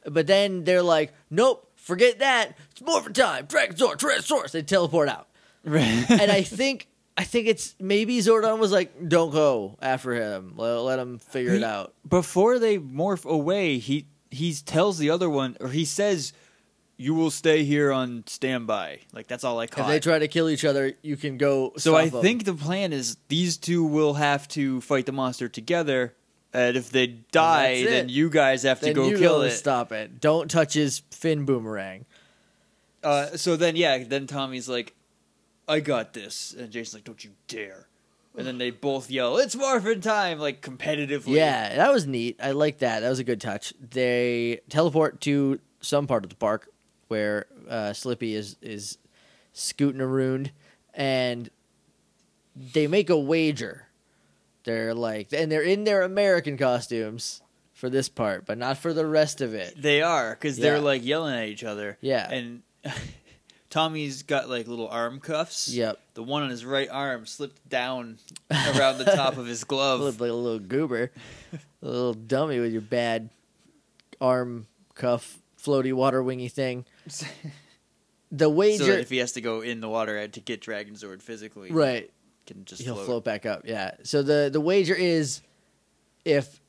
Speaker 2: But then they're like, "Nope, forget that. It's more for time. Dragon Zord, Dragon Source." They teleport out. and I think I think it's maybe Zordon was like, "Don't go after him. Let, let him figure it
Speaker 1: He-
Speaker 2: out."
Speaker 1: Before they morph away, he he tells the other one, or he says, "You will stay here on standby." Like that's all I
Speaker 2: If
Speaker 1: caught.
Speaker 2: they try to kill each other, you can go.
Speaker 1: so I
Speaker 2: stop 'em.
Speaker 1: think the plan is these two will have to fight the monster together, and if they die,
Speaker 2: that's
Speaker 1: then
Speaker 2: it.
Speaker 1: you guys have
Speaker 2: then
Speaker 1: to go
Speaker 2: you
Speaker 1: kill
Speaker 2: gotta
Speaker 1: it.
Speaker 2: Stop it! Don't touch his fin boomerang.
Speaker 1: Uh, so then, yeah, then Tommy's like, "I got this," and Jason's like, "Don't you dare!" And then they both yell, "It's morphin' time!" like competitively.
Speaker 2: Yeah, that was neat. I like that. That was a good touch. They teleport to some part of the park where uh, Slippy is is scooting around, and they make a wager. They're like, and they're in their American costumes for this part, but not for the rest of it.
Speaker 1: They are because they're
Speaker 2: Yeah.
Speaker 1: like yelling at each other.
Speaker 2: Yeah.
Speaker 1: and Tommy's got like little arm cuffs.
Speaker 2: Yep,
Speaker 1: The one on his right arm slipped down around the top of his
Speaker 2: you
Speaker 1: glove.
Speaker 2: look like a little goober, a little dummy with your bad arm cuff, floaty water wingy thing.
Speaker 1: so
Speaker 2: The wager,
Speaker 1: that if he has to go in the water to get Dragon Zord physically,
Speaker 2: right?
Speaker 1: he can just
Speaker 2: he'll
Speaker 1: float.
Speaker 2: float. back up. Yeah. So the the wager is if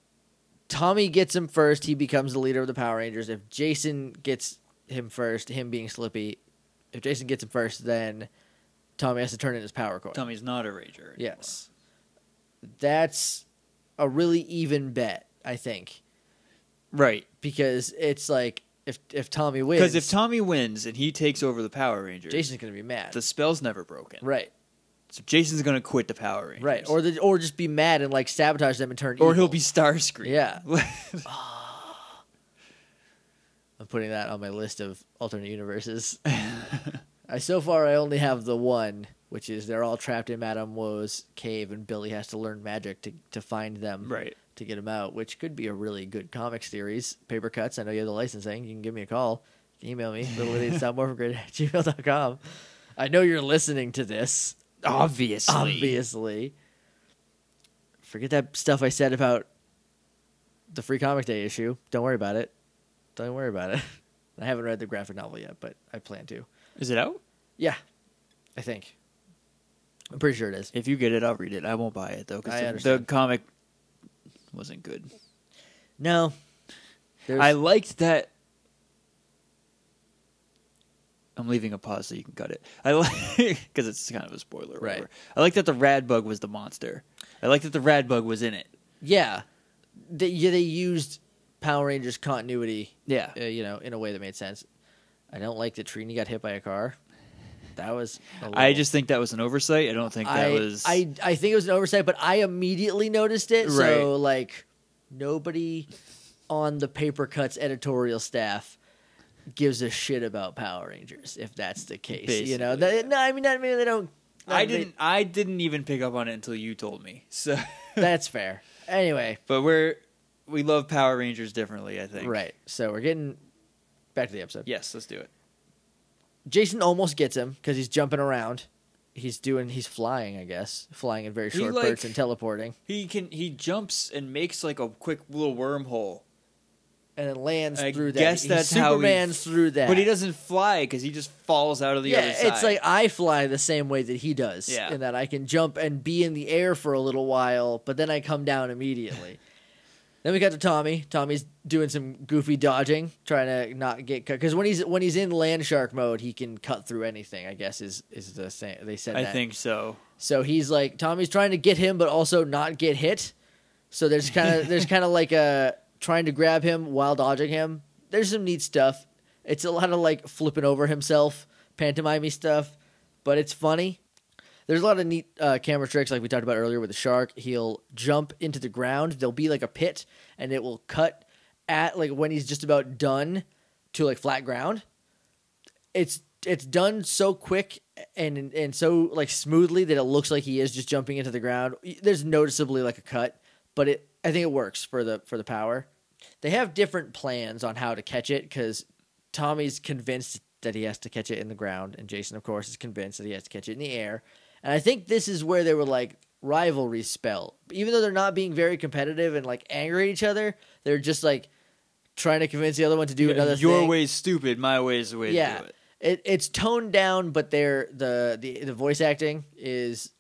Speaker 2: Tommy gets him first, he becomes the leader of the Power Rangers. If Jason gets him first, him being Slippy, if Jason gets him first, then Tommy has to turn in his power coin.
Speaker 1: Tommy's not a rager. anymore.
Speaker 2: Yes. That's a really even bet, I think,
Speaker 1: right.
Speaker 2: because it's like if if Tommy wins,
Speaker 1: Because if Tommy wins and he takes over the Power Rangers,
Speaker 2: Jason's going to be mad.
Speaker 1: the spell's never broken.
Speaker 2: right.
Speaker 1: So Jason's gonna quit the Power Rangers,
Speaker 2: Right. Or the or just be mad and like sabotage them and turn
Speaker 1: or he'll
Speaker 2: evil.
Speaker 1: be Starscream.
Speaker 2: Yeah. I'm putting that on my list of alternate universes. I so far I only have the one, which is they're all trapped in Madame Woe's cave, and Billy has to learn magic to to find them,
Speaker 1: Right.
Speaker 2: To get them out, which could be a really good comic series. Paper cuts. I know you have the licensing. You can give me a call, You can email me littleidiotsoundmorphingrid at gmail.com. I know you're listening to this,
Speaker 1: Obviously.
Speaker 2: obviously. Forget that stuff I said about the free comic day issue. Don't worry about it. Don't worry about it. I haven't read the graphic novel yet, but I plan to.
Speaker 1: Is it out?
Speaker 2: Yeah, I think. I'm pretty sure it is.
Speaker 1: If you get it, I'll read it. I won't buy it though
Speaker 2: I
Speaker 1: because the,
Speaker 2: understand.
Speaker 1: comic wasn't good.
Speaker 2: No, There's-
Speaker 1: I liked that. I'm leaving a pause so you can cut it. I like because it's kind of a spoiler. or
Speaker 2: Right.
Speaker 1: whatever. I like that the rad bug was the monster. I like that the rad bug was in it.
Speaker 2: yeah, they yeah, they used Power Rangers continuity,
Speaker 1: Yeah.
Speaker 2: uh, you know, in a way that made sense. I don't like that Trini got hit by a car. That was. a
Speaker 1: I
Speaker 2: little-
Speaker 1: just think that was an oversight. I don't think that
Speaker 2: I,
Speaker 1: was.
Speaker 2: I I think it was an oversight, but I immediately noticed it.
Speaker 1: Right.
Speaker 2: So like nobody on the paper cuts editorial staff gives a shit about Power Rangers if that's the case. you know,
Speaker 1: Basically,
Speaker 2: That- no, I mean, not maybe they don't.
Speaker 1: I
Speaker 2: they-
Speaker 1: didn't. I didn't even pick up on it until you told me. So,
Speaker 2: that's fair. Anyway,
Speaker 1: but we're we love Power Rangers differently. I think.
Speaker 2: right. So we're getting back to the episode.
Speaker 1: Yes. Let's do it.
Speaker 2: Jason almost gets him because he's jumping around. He's doing. He's flying, I guess, flying in very
Speaker 1: He,
Speaker 2: short
Speaker 1: like-
Speaker 2: bursts and teleporting,
Speaker 1: He can. He jumps and makes like a quick little wormhole.
Speaker 2: and then lands
Speaker 1: I
Speaker 2: through that.
Speaker 1: guess
Speaker 2: He
Speaker 1: that's how he-
Speaker 2: Superman's through that.
Speaker 1: But he doesn't fly because he just falls out of the other side.
Speaker 2: it's like I fly the same way that he does,
Speaker 1: Yeah.
Speaker 2: in that I can jump and be in the air for a little while, but then I come down immediately. then we got to Tommy. Tommy's doing some goofy dodging, trying to not get cut. Because when he's when he's in land shark mode, he can cut through anything. I guess is is the same. They said
Speaker 1: I
Speaker 2: that.
Speaker 1: think so.
Speaker 2: So he's like Tommy's trying to get him, but also not get hit. So there's kind of there's kind of like a trying to grab him while dodging him. There's some neat stuff. It's a lot of like flipping over himself, pantomime stuff, but it's funny. There's a lot of neat uh, camera tricks, like we talked about earlier with the shark. He'll jump into the ground. There'll be like a pit, and it will cut at like when he's just about done to like flat ground. It's it's done so quick and and so like smoothly that it looks like he is just jumping into the ground. There's noticeably like a cut, but it I think it works for the for the power. They have different plans on how to catch it because Tommy's convinced that he has to catch it in the ground, and Jason, of course, is convinced that he has to catch it in the air. And I think this is where they were like rivalry spell, even though they're not being very competitive and like angry at each other. They're just like trying to convince the other one to do another.
Speaker 1: Your
Speaker 2: thing.
Speaker 1: way's stupid. My way's the way
Speaker 2: yeah,
Speaker 1: to do it.
Speaker 2: it's toned down, but they're the, the the voice acting is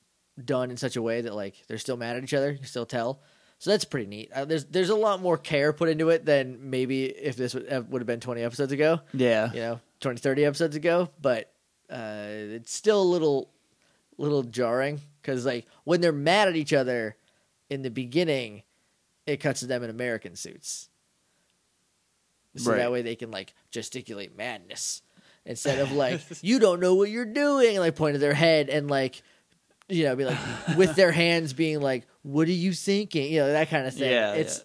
Speaker 2: done in such a way that like they're still mad at each other. You can still tell. So that's pretty neat. Uh, there's there's a lot more care put into it than maybe if this would have, would have been 20 episodes ago
Speaker 1: Yeah.
Speaker 2: you know 20 30 episodes ago but uh it's still a little little jarring because like when they're mad at each other in the beginning it cuts to them in american suits so
Speaker 1: Right.
Speaker 2: that way they can like gesticulate madness instead of like you don't know what you're doing and like point to their head and like you know be like with their hands being like what are you thinking you know that kind of thing
Speaker 1: Yeah,
Speaker 2: it's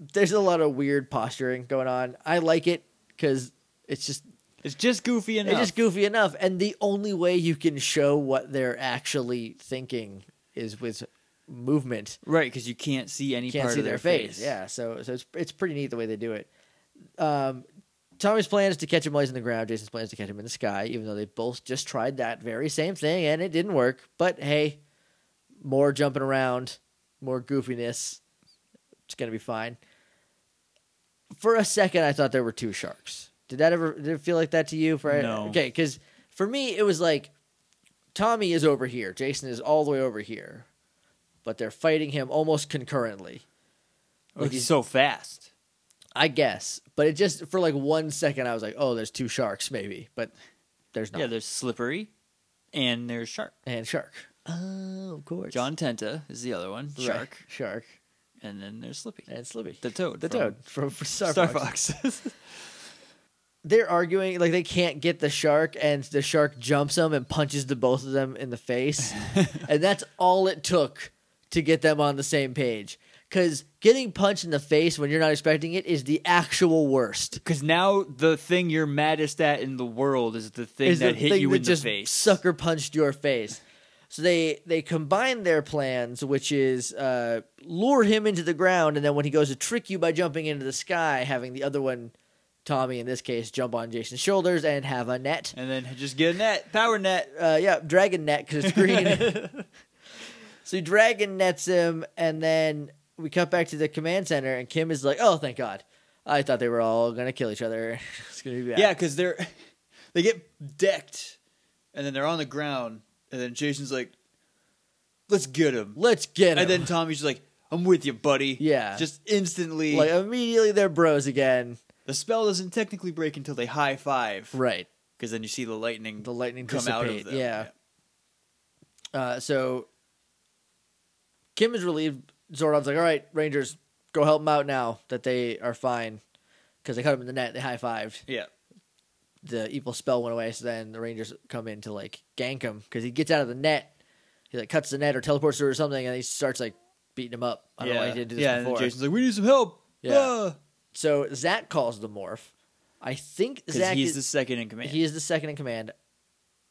Speaker 1: yeah.
Speaker 2: there's a lot of weird posturing going on i like it because it's just
Speaker 1: It's just goofy enough.
Speaker 2: it's just goofy enough and the only way you can show what they're actually thinking is with movement
Speaker 1: right, because you can't see any
Speaker 2: you can't
Speaker 1: part
Speaker 2: see
Speaker 1: of
Speaker 2: their,
Speaker 1: their,
Speaker 2: face. yeah so so it's, it's pretty neat the way they do it um Tommy's plan is to catch him while he's in the ground. Jason's plan is to catch him in the sky, even though they both just tried that very same thing and it didn't work. But hey, more jumping around, more goofiness. It's gonna be fine. For a second, I thought there were two sharks. Did that ever did it feel like that to you? For
Speaker 1: No.
Speaker 2: okay, because for me it was like Tommy is over here, Jason is all the way over here, but they're fighting him almost concurrently.
Speaker 1: Like
Speaker 2: he's-
Speaker 1: he's so fast.
Speaker 2: I guess, but it just for like one second I was like, oh, there's two sharks maybe, but there's not.
Speaker 1: Yeah, there's slippery, and there's shark.
Speaker 2: and shark. Oh, of course.
Speaker 1: John Tenta is the other one.
Speaker 2: Right.
Speaker 1: Shark,
Speaker 2: shark,
Speaker 1: and then there's Slippy,
Speaker 2: and Slippy.
Speaker 1: the toad,
Speaker 2: the
Speaker 1: from
Speaker 2: toad from, from Star,
Speaker 1: Star,
Speaker 2: Fox.
Speaker 1: Fox.
Speaker 2: they're arguing like they can't get the shark and the shark jumps them and punches the both of them in the face and that's all it took to get them on the same page because getting punched in the face when you're not expecting it is the actual worst
Speaker 1: Because now the thing you're maddest at in the world is the thing
Speaker 2: is
Speaker 1: that
Speaker 2: the
Speaker 1: hit
Speaker 2: thing
Speaker 1: you
Speaker 2: that
Speaker 1: in
Speaker 2: just
Speaker 1: the face.
Speaker 2: sucker punched your face so they they combine their plans which is uh, lure him into the ground and then when he goes to trick you by jumping into the sky having the other one tommy in this case jump on jason's shoulders and have a net
Speaker 1: And then just get a net, power net.
Speaker 2: uh, yeah, dragon net because it's green. so he dragon nets him, and then we cut back to the command center, and Kim is like, "Oh, thank God! I thought they were all gonna kill each other. it's gonna be bad."
Speaker 1: Yeah, because they're they get decked, and then they're on the ground, and then Jason's like, "Let's get him,"
Speaker 2: let's get him.
Speaker 1: and then Tommy's just like, "I'm with you, buddy."
Speaker 2: Yeah.
Speaker 1: just instantly.
Speaker 2: like uh, immediately they're bros again,
Speaker 1: the spell doesn't technically break until they high five, because
Speaker 2: right?
Speaker 1: then you see the lightning,
Speaker 2: The lightning
Speaker 1: come out of
Speaker 2: dissipate,
Speaker 1: them.
Speaker 2: yeah. Uh, so Kim is relieved. Zordon's like, "All right, Rangers, go help them out now that they are fine." Because they cut him in the net, they high fived.
Speaker 1: yeah,
Speaker 2: the evil spell went away. So then the Rangers come in to like gank him because he gets out of the net. He like cuts the net or teleports through or something, and he starts like beating him up. I
Speaker 1: yeah.
Speaker 2: don't know why he didn't do this
Speaker 1: yeah, and then
Speaker 2: before.
Speaker 1: Jason's like, "We need some help." Ah.
Speaker 2: Yeah. So Zach calls the morph. I think
Speaker 1: because
Speaker 2: Zach
Speaker 1: he's
Speaker 2: is
Speaker 1: the second in command.
Speaker 2: he is the second in command.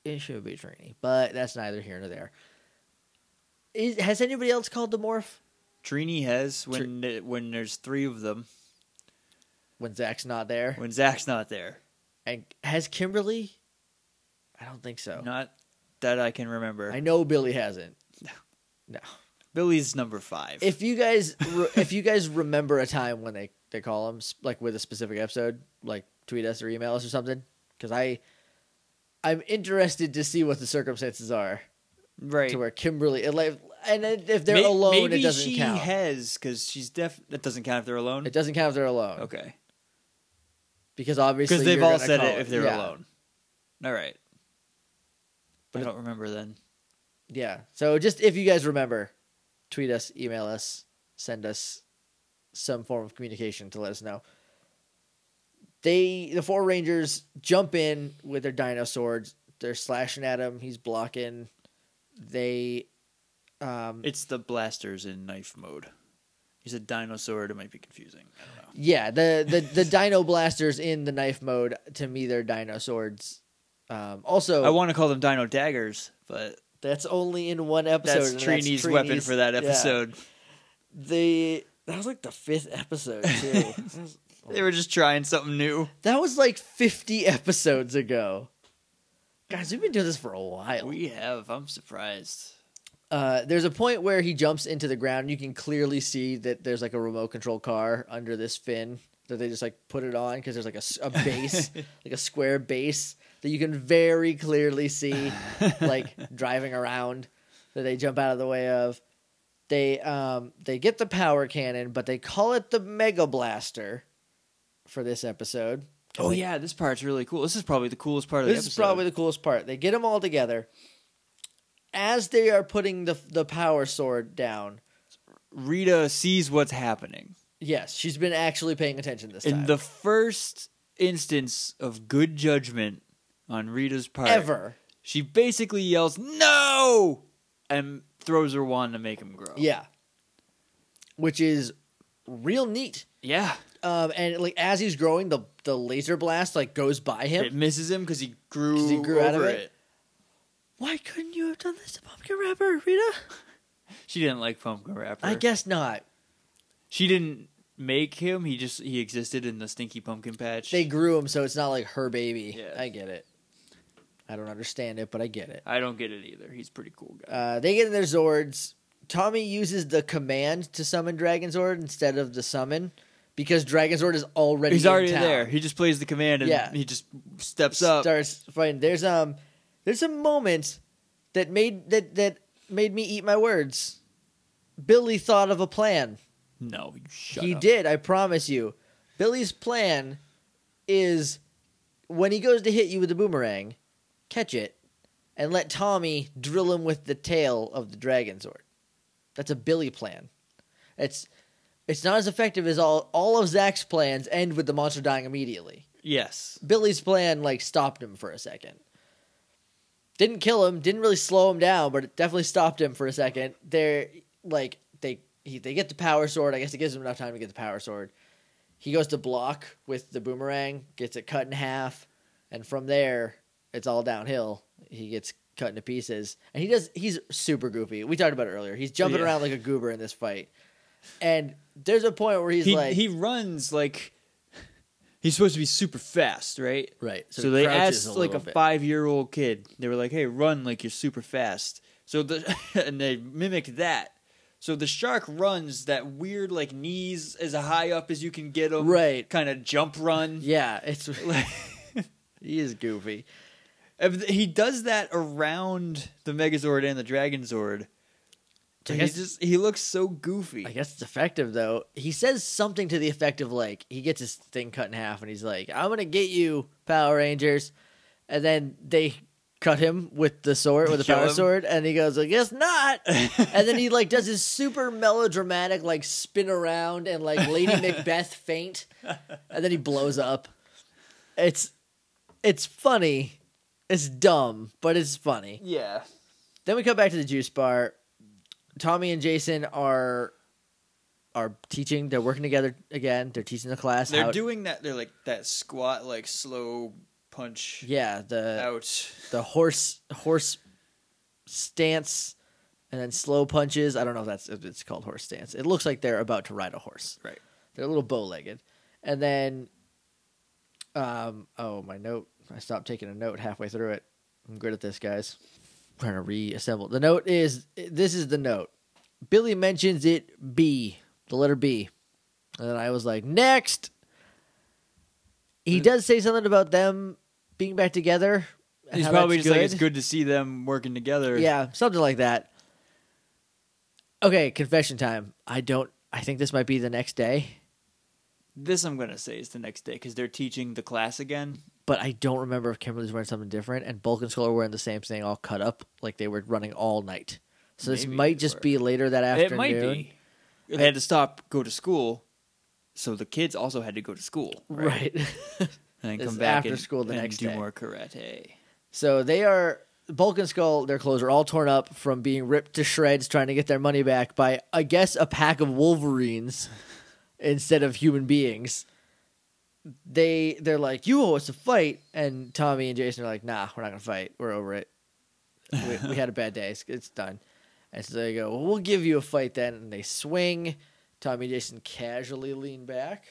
Speaker 2: It should be Trini, but that's neither here nor there. Is, has anybody else called the morph
Speaker 1: Trini has when when there's three of them
Speaker 2: when Zach's not there?
Speaker 1: when Zach's not there.
Speaker 2: And has Kimberly? I don't think so.
Speaker 1: Not that I can remember.
Speaker 2: Oh. I know Billy hasn't. No. No.
Speaker 1: Billy's number five.
Speaker 2: if you guys re- if you guys remember a time when they they call them like with a specific episode like tweet us or email us or something because i i'm interested to see what the circumstances are
Speaker 1: right.
Speaker 2: to where kimberly it like and then if they're
Speaker 1: May-
Speaker 2: alone
Speaker 1: maybe
Speaker 2: it doesn't
Speaker 1: she
Speaker 2: count
Speaker 1: has because she's deaf. That doesn't count if they're alone.
Speaker 2: it doesn't count if they're alone
Speaker 1: Okay,
Speaker 2: because obviously
Speaker 1: because they've
Speaker 2: you're
Speaker 1: all
Speaker 2: gonna
Speaker 1: said
Speaker 2: call
Speaker 1: it if they're
Speaker 2: Yeah.
Speaker 1: alone. All right,
Speaker 2: But
Speaker 1: I don't remember then.
Speaker 2: yeah so just if you guys remember tweet us email us send us some form of communication to let us know they the four rangers jump in with their dino swords. They're slashing at him. He's blocking. they um
Speaker 1: It's the blasters in knife mode. He's a dinosaur. It might be confusing. I don't know.
Speaker 2: yeah the the the dino blasters in the knife mode to me they're dino swords um also
Speaker 1: I want to call them dino daggers, but
Speaker 2: that's only in one episode
Speaker 1: that's
Speaker 2: and
Speaker 1: Trini's weapon
Speaker 2: Trini's-
Speaker 1: for that
Speaker 2: yeah.
Speaker 1: episode.
Speaker 2: the that was like the fifth episode too That was-
Speaker 1: They were just trying something new.
Speaker 2: that was like 50 episodes ago guys we've been doing this for a while
Speaker 1: We have. I'm surprised.
Speaker 2: uh, there's a point where he jumps into the ground. You can clearly see that there's like a remote control car under this fin that they just like put it on because there's like a, s- a base, like a square base that you can very clearly see, like driving around that they jump out of the way of. They um they get the power cannon, but they call it the Mega Blaster for this episode.
Speaker 1: Oh yeah, this part's really cool. This is probably the coolest part of
Speaker 2: This
Speaker 1: the
Speaker 2: is probably the coolest part. They get them all together. As they are putting the the power sword down,
Speaker 1: Rita sees what's happening.
Speaker 2: Yes, she's been actually paying attention this time.
Speaker 1: In the first instance of good judgment on Rita's part,
Speaker 2: ever.
Speaker 1: she basically yells "No!" and throws her wand to make him grow.
Speaker 2: Yeah. Which is real neat.
Speaker 1: yeah.
Speaker 2: Um, and like as he's growing, the the laser blast like goes by him.
Speaker 1: It misses him because he grew,
Speaker 2: 'Cause he grew
Speaker 1: over
Speaker 2: out of
Speaker 1: it.
Speaker 2: it? Why couldn't you have done this to Pumpkin Rapper, Rita?
Speaker 1: She didn't like pumpkin wrapper.
Speaker 2: I guess not.
Speaker 1: she didn't make him. He just he existed in the stinky pumpkin patch.
Speaker 2: They grew him, so it's not like her baby.
Speaker 1: Yeah.
Speaker 2: I get it. I don't understand it, but I get it.
Speaker 1: I don't get it either. He's a pretty cool guy.
Speaker 2: Uh, they get in their Zords. Tommy uses the command to summon Dragon Zord instead of the summon because Dragon Zord is already
Speaker 1: He's
Speaker 2: in
Speaker 1: already
Speaker 2: town.
Speaker 1: there. He just plays the command and
Speaker 2: Yeah.
Speaker 1: he just steps up.
Speaker 2: starts fighting. There's um, there's some moments that made that that made me eat my words. Billy thought of a plan.
Speaker 1: No, you shut
Speaker 2: he
Speaker 1: up.
Speaker 2: did. I promise you. Billy's plan is when he goes to hit you with the boomerang, catch it, and let Tommy drill him with the tail of the dragon sword. That's a Billy plan. It's it's not as effective as all all of Zach's plans end with the monster dying immediately.
Speaker 1: Yes.
Speaker 2: Billy's plan like stopped him for a second. Didn't kill him, didn't really slow him down, but it definitely stopped him for a second. They're like they he, they get the power sword. I guess it gives him enough time to get the power sword. He goes to block with the boomerang, gets it cut in half, and from there it's all downhill. He gets cut into pieces, and he does. He's super goofy. We talked about it earlier. He's jumping
Speaker 1: Yeah.
Speaker 2: around like a goober in this fight, and there's a point where he's
Speaker 1: he
Speaker 2: like,
Speaker 1: he runs like he's supposed to be super fast, right?
Speaker 2: right.
Speaker 1: So,
Speaker 2: he
Speaker 1: they
Speaker 2: crouches
Speaker 1: asked like
Speaker 2: little
Speaker 1: a
Speaker 2: bit.
Speaker 1: five year old kid. They were like, "Hey, run like you're super fast." So the and they mimicked that. So the shark runs that weird like knees as high up as you can get them,
Speaker 2: Right.
Speaker 1: Kind of jump run.
Speaker 2: Yeah, it's
Speaker 1: Like,
Speaker 2: he is goofy.
Speaker 1: if he does that around the Megazord and the Dragonzord.
Speaker 2: I
Speaker 1: He
Speaker 2: guess-
Speaker 1: just he looks so goofy.
Speaker 2: I guess it's effective though. He says something to the effect of like he gets his thing cut in half and he's like, "I'm gonna get you, Power Rangers," and then they cut him with the sword with the
Speaker 1: Kill
Speaker 2: power
Speaker 1: him.
Speaker 2: sword, and he goes, "I guess not." and then he like does his super melodramatic like spin around and like Lady Macbeth faint, and then he blows up. It's it's funny. It's dumb, but it's funny.
Speaker 1: yeah.
Speaker 2: Then we come back to the juice bar. Tommy and Jason are are teaching. They're working together again. They're teaching the class.
Speaker 1: They're
Speaker 2: how-
Speaker 1: doing that. They're like that squat, like slow punch
Speaker 2: yeah the
Speaker 1: out.
Speaker 2: the horse horse stance, and then slow punches. I don't know if that's if it's called horse stance. It looks like they're about to ride a horse.
Speaker 1: Right.
Speaker 2: They're a little bow legged, and then um oh my note. I stopped taking a note halfway through it. I'm good at this, guys. trying to reassemble. The note is this is the note. Billy mentions it B, the letter B. And then I was like, next. He
Speaker 1: Mm.
Speaker 2: does say something about them being back together. and
Speaker 1: He's
Speaker 2: how
Speaker 1: probably
Speaker 2: that's
Speaker 1: just like it's good to see them working together.
Speaker 2: Yeah, something like that. Okay, confession time. I don't I think this might be the next day,
Speaker 1: This I'm gonna say is the next day because they're teaching the class again.
Speaker 2: but I don't remember if Kimberly's wearing something different and Bulk and Skull are wearing the same thing all cut up like they were running all night. So this
Speaker 1: Maybe
Speaker 2: might
Speaker 1: they
Speaker 2: just
Speaker 1: were.
Speaker 2: be later that afternoon.
Speaker 1: It might be. They had to stop, go to school, so the kids also had to go to school, right?
Speaker 2: Right.
Speaker 1: And then
Speaker 2: This
Speaker 1: come
Speaker 2: is
Speaker 1: back
Speaker 2: after
Speaker 1: and,
Speaker 2: school the
Speaker 1: and
Speaker 2: next
Speaker 1: do
Speaker 2: day.
Speaker 1: more karate.
Speaker 2: So they are Bulk and Skull, their clothes are all torn up from being ripped to shreds trying to get their money back by, I guess, a pack of wolverines instead of human beings. They they're like, You owe us a fight and Tommy and Jason are like, nah, we're not gonna fight. We're over it. We, we had a bad day, it's, it's done. And so they go, well, we'll give you a fight then and they swing. Tommy and Jason casually lean back.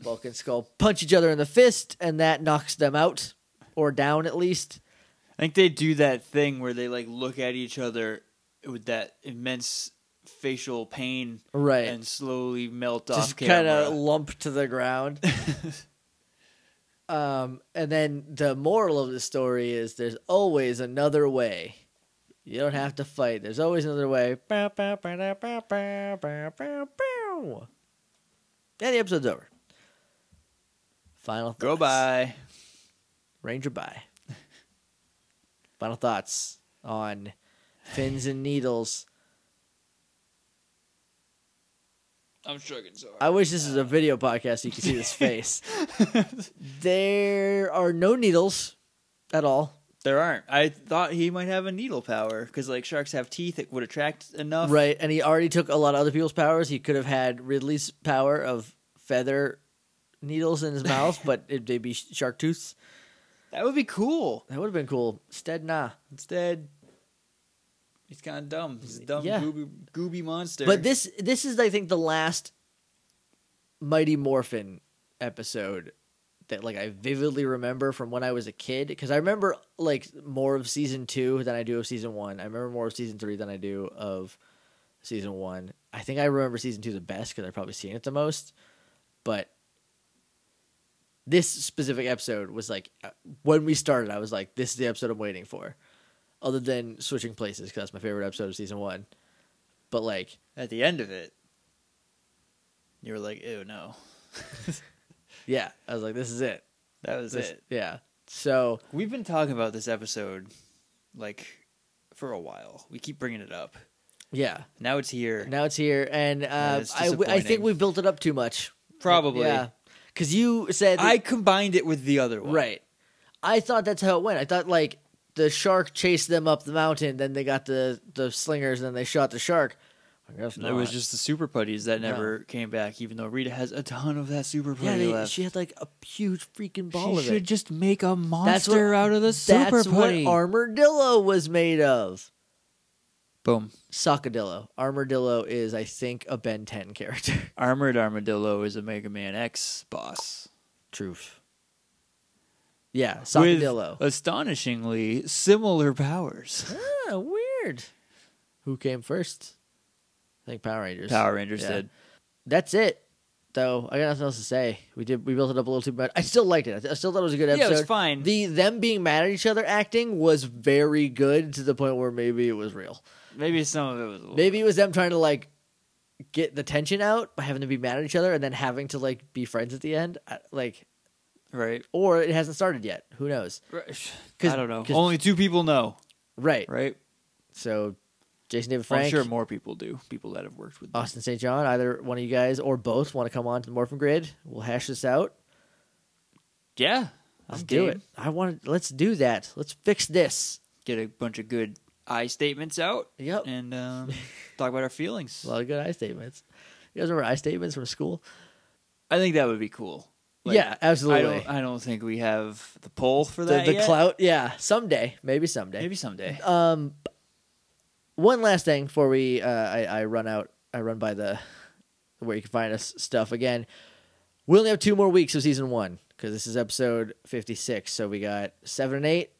Speaker 2: Bulk and Skull punch each other in the fist, and that knocks them out. Or down at least.
Speaker 1: I think they do that thing where they like look at each other with that immense facial pain
Speaker 2: Right.
Speaker 1: and slowly melt
Speaker 2: just
Speaker 1: off
Speaker 2: kind
Speaker 1: camera.
Speaker 2: of lump to the ground. um, and then the moral of the story is there's always another way. You don't have to fight. There's always another way. Bow, bow, bow, da, bow, bow, bow, bow, bow. And the episode's over. Final thoughts.
Speaker 1: Go by.
Speaker 2: Ranger bye. Final thoughts on fins and needles.
Speaker 1: I'm struggling so hard.
Speaker 2: I wish this was a video podcast so you could see this face. there are no needles at all.
Speaker 1: There aren't. I thought he might have a needle power because like sharks have teeth, it would attract enough.
Speaker 2: Right. And he already took a lot of other people's powers. He could have had Ridley's power of feather needles in his mouth, but it, they'd be shark tooths.
Speaker 1: That would be cool.
Speaker 2: That would have been cool. Instead, nah.
Speaker 1: Instead, he's kind of dumb. He's a dumb
Speaker 2: Yeah.
Speaker 1: gooby, gooby monster.
Speaker 2: But this this is I think the last Mighty Morphin episode that like I vividly remember from when I was a kid because I remember like more of season 2 than I do of season 1. I remember more of season 3 than I do of season 1. I think I remember season 2 the best cuz I've probably seen it the most. But this specific episode was like uh, when we started I was like this is the episode I'm waiting for. Other than switching places cuz that's my favorite episode of season 1. But like
Speaker 1: at the end of it, you were like, "Ew, no."
Speaker 2: Yeah, I was like, this is it.
Speaker 1: That was
Speaker 2: This-
Speaker 1: it.
Speaker 2: Yeah. So
Speaker 1: We've been talking about this episode like for a while. We keep bringing it up.
Speaker 2: yeah,
Speaker 1: Now it's here.
Speaker 2: now it's here, and uh,
Speaker 1: it's
Speaker 2: I w- I think
Speaker 1: disappointing.
Speaker 2: we built it up too much.
Speaker 1: Probably.
Speaker 2: Yeah, because you said
Speaker 1: I combined it with the other one.
Speaker 2: right. I thought that's how it went. I thought like the shark chased them up the mountain, then they got the the slingers, and then they shot the shark. I guess
Speaker 1: It was
Speaker 2: not.
Speaker 1: just the super putties that
Speaker 2: No.
Speaker 1: never came back, even though Rita has a ton of that super putty
Speaker 2: yeah. They,
Speaker 1: left.
Speaker 2: she had like a huge freaking ball
Speaker 1: She
Speaker 2: of
Speaker 1: should
Speaker 2: it.
Speaker 1: just make a
Speaker 2: That's what-
Speaker 1: monster out of the super
Speaker 2: That's
Speaker 1: putty.
Speaker 2: what armadillo was made of.
Speaker 1: Boom.
Speaker 2: Sockadillo. Armadillo is, I think, a Ben Ten character.
Speaker 1: Armored Armadillo is a Mega Man X boss.
Speaker 2: Truth. Yeah,
Speaker 1: With
Speaker 2: Sockadillo.
Speaker 1: astonishingly similar powers.
Speaker 2: ah, weird. Who came first? I think Power Rangers.
Speaker 1: Power Rangers
Speaker 2: Yeah.
Speaker 1: did.
Speaker 2: That's it. Though I got nothing else to say. We did. We built it up a little too much. I still liked it. I still thought it was a good
Speaker 1: Yeah, it
Speaker 2: episode.
Speaker 1: was fine.
Speaker 2: The them being mad at each other acting was very good to the point where maybe it was real.
Speaker 1: Maybe some of it was a little
Speaker 2: Maybe it was them trying to like get the tension out by having to be mad at each other and then having to like be friends at the end. I- Like,
Speaker 1: right.
Speaker 2: or it hasn't started yet. Who knows?
Speaker 1: I don't know.
Speaker 2: 'cause-
Speaker 1: Only two people know,
Speaker 2: Right.
Speaker 1: right?
Speaker 2: So, Jason David
Speaker 1: Well,
Speaker 2: Frank.
Speaker 1: I'm sure more people do. People that have worked with them.
Speaker 2: Austin St. John, either one of you guys or both want to come on to the Morphin Grid. We'll hash this out.
Speaker 1: Yeah,
Speaker 2: Let's
Speaker 1: I'm
Speaker 2: do
Speaker 1: game.
Speaker 2: it. I want to. Let's do that. Let's fix this.
Speaker 1: Get a bunch of good I statements out
Speaker 2: Yep.
Speaker 1: and um, talk about our feelings.
Speaker 2: A lot of good I statements. You guys remember I statements from school?
Speaker 1: I think that would be cool.
Speaker 2: yeah,
Speaker 1: I
Speaker 2: absolutely.
Speaker 1: don't. I don't think we have the poll for
Speaker 2: The,
Speaker 1: that.
Speaker 2: the
Speaker 1: yet.
Speaker 2: clout. Yeah, someday, maybe someday.
Speaker 1: Maybe someday.
Speaker 2: Um, one last thing before we, uh, I, I run out. I run by the where you can find us stuff again. We only have two more weeks of season one because this is episode fifty six. So we got seven and eight,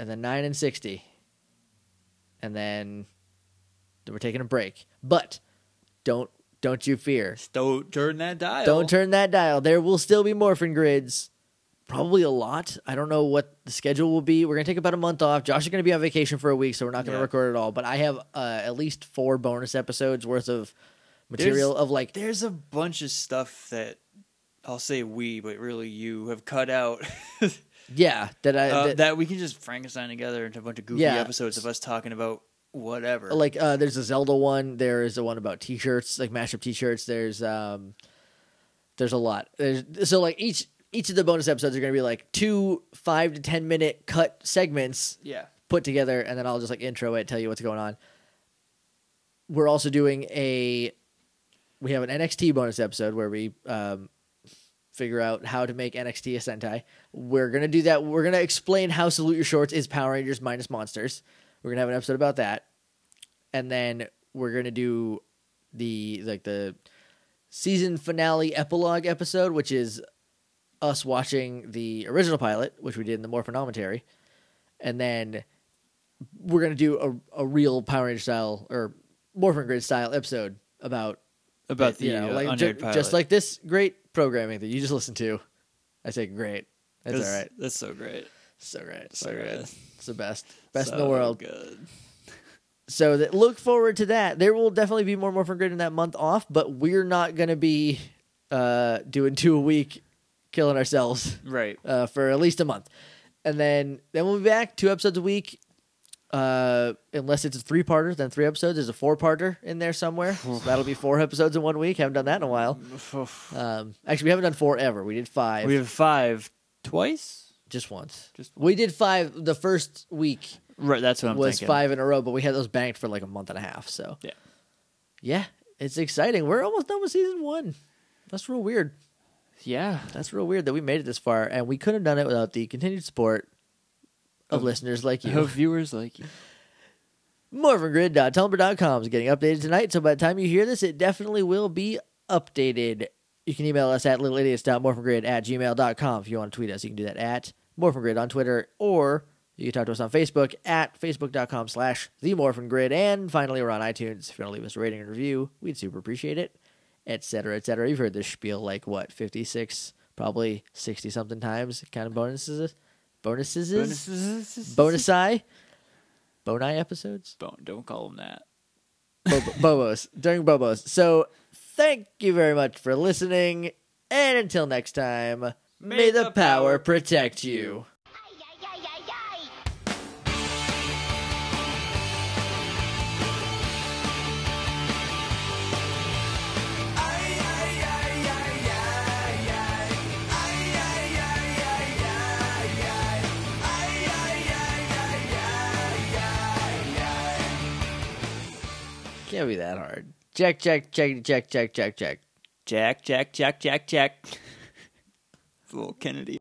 Speaker 2: and then nine and sixty, and then we're taking a break. But don't don't you fear.
Speaker 1: Don't turn that dial.
Speaker 2: Don't turn that dial. There will still be morphin grids. Probably a lot. I don't know what the schedule will be. We're gonna take about a month off. Josh is gonna be on vacation for a week, so we're not gonna
Speaker 1: Yeah.
Speaker 2: record at all. But I have uh, at least four bonus episodes worth of material of like
Speaker 1: There's a bunch of stuff that I'll say we, but really you have cut out uh,
Speaker 2: yeah that I
Speaker 1: that,
Speaker 2: that,
Speaker 1: we can just Frankenstein together into a bunch of goofy
Speaker 2: Yeah.
Speaker 1: episodes of us talking about whatever.
Speaker 2: like uh, there's a Zelda one. There is a one about t-shirts, like mashup t-shirts. There's um, there's a lot. There's so like each each of the bonus episodes are gonna be like two five to ten minute cut segments
Speaker 1: yeah.
Speaker 2: put together, and then I'll just like intro it, tell you what's going on. We're also doing a we have an NXT bonus episode where we um, figure out how to make NXT a Sentai. We're gonna do that. We're gonna explain how Salute Your Shorts is Power Rangers minus monsters. We're gonna have an episode about that, and then we're gonna do the like the season finale epilogue episode, which is us watching the original pilot, which we did in the Morphonometary, and then we're gonna do a a real Power Ranger style or Morphin Grid style episode about
Speaker 1: about the
Speaker 2: you know,
Speaker 1: uh,
Speaker 2: like, ju-
Speaker 1: unaired pilot.
Speaker 2: just like this great programming that you just listened to. I say great. That's all right.
Speaker 1: That's so great.
Speaker 2: So great. So,
Speaker 1: so
Speaker 2: great.
Speaker 1: good.
Speaker 2: It's the best. Best in
Speaker 1: So
Speaker 2: the world.
Speaker 1: Good.
Speaker 2: So that, look forward to that. There will definitely be more Morphin Grid in that month off, but we're not going to be uh, doing two a week, killing ourselves
Speaker 1: Right.
Speaker 2: uh, for at least a month, and then then we'll be back two episodes a week. Uh, unless it's a three parter, then three episodes. There's a four parter in there somewhere. so that'll be four episodes in one week. Haven't done that in a while. Um, actually, we haven't done four ever. We did five
Speaker 1: We have five twice.
Speaker 2: just once.
Speaker 1: Just
Speaker 2: We did five the first week
Speaker 1: right. That's what I'm
Speaker 2: was
Speaker 1: thinking.
Speaker 2: five in a row, but we had those banked for like a month and a half. So
Speaker 1: Yeah.
Speaker 2: yeah, it's exciting. We're almost done with season one. That's real weird.
Speaker 1: Yeah.
Speaker 2: That's real weird that we made it this far, and we couldn't have done it without the continued support of listeners like
Speaker 1: I
Speaker 2: you.
Speaker 1: hope viewers like you.
Speaker 2: MorphinGrid.tumblr.com is getting updated tonight, so by the time you hear this, it definitely will be updated. You can email us at littleidiots.morphingrid at gmail.com. If you want to tweet us, you can do that at morphingrid on Twitter, or you can talk to us on Facebook at facebook.com slash the morphingrid. And finally, we're on iTunes. If you want to leave us a rating and review, we'd super appreciate it, et cetera, et cetera. You've heard this spiel like, what, 56, probably 60 something times? Kind of bonuses? Bonuses?
Speaker 1: Bonuses.
Speaker 2: Bonusai? Boni episodes?
Speaker 1: Bon- Don't call them that.
Speaker 2: Bobo, Bobos during Bobos. So thank you very much for listening, and until next time, may, the, power protect you.
Speaker 3: Ay, ay, ay, ay, ay.
Speaker 2: Can't be that hard. Check, check, check, check, check, check, check.
Speaker 1: Jack. Jack. Jack. Jack. Jack. it's a little Kennedy.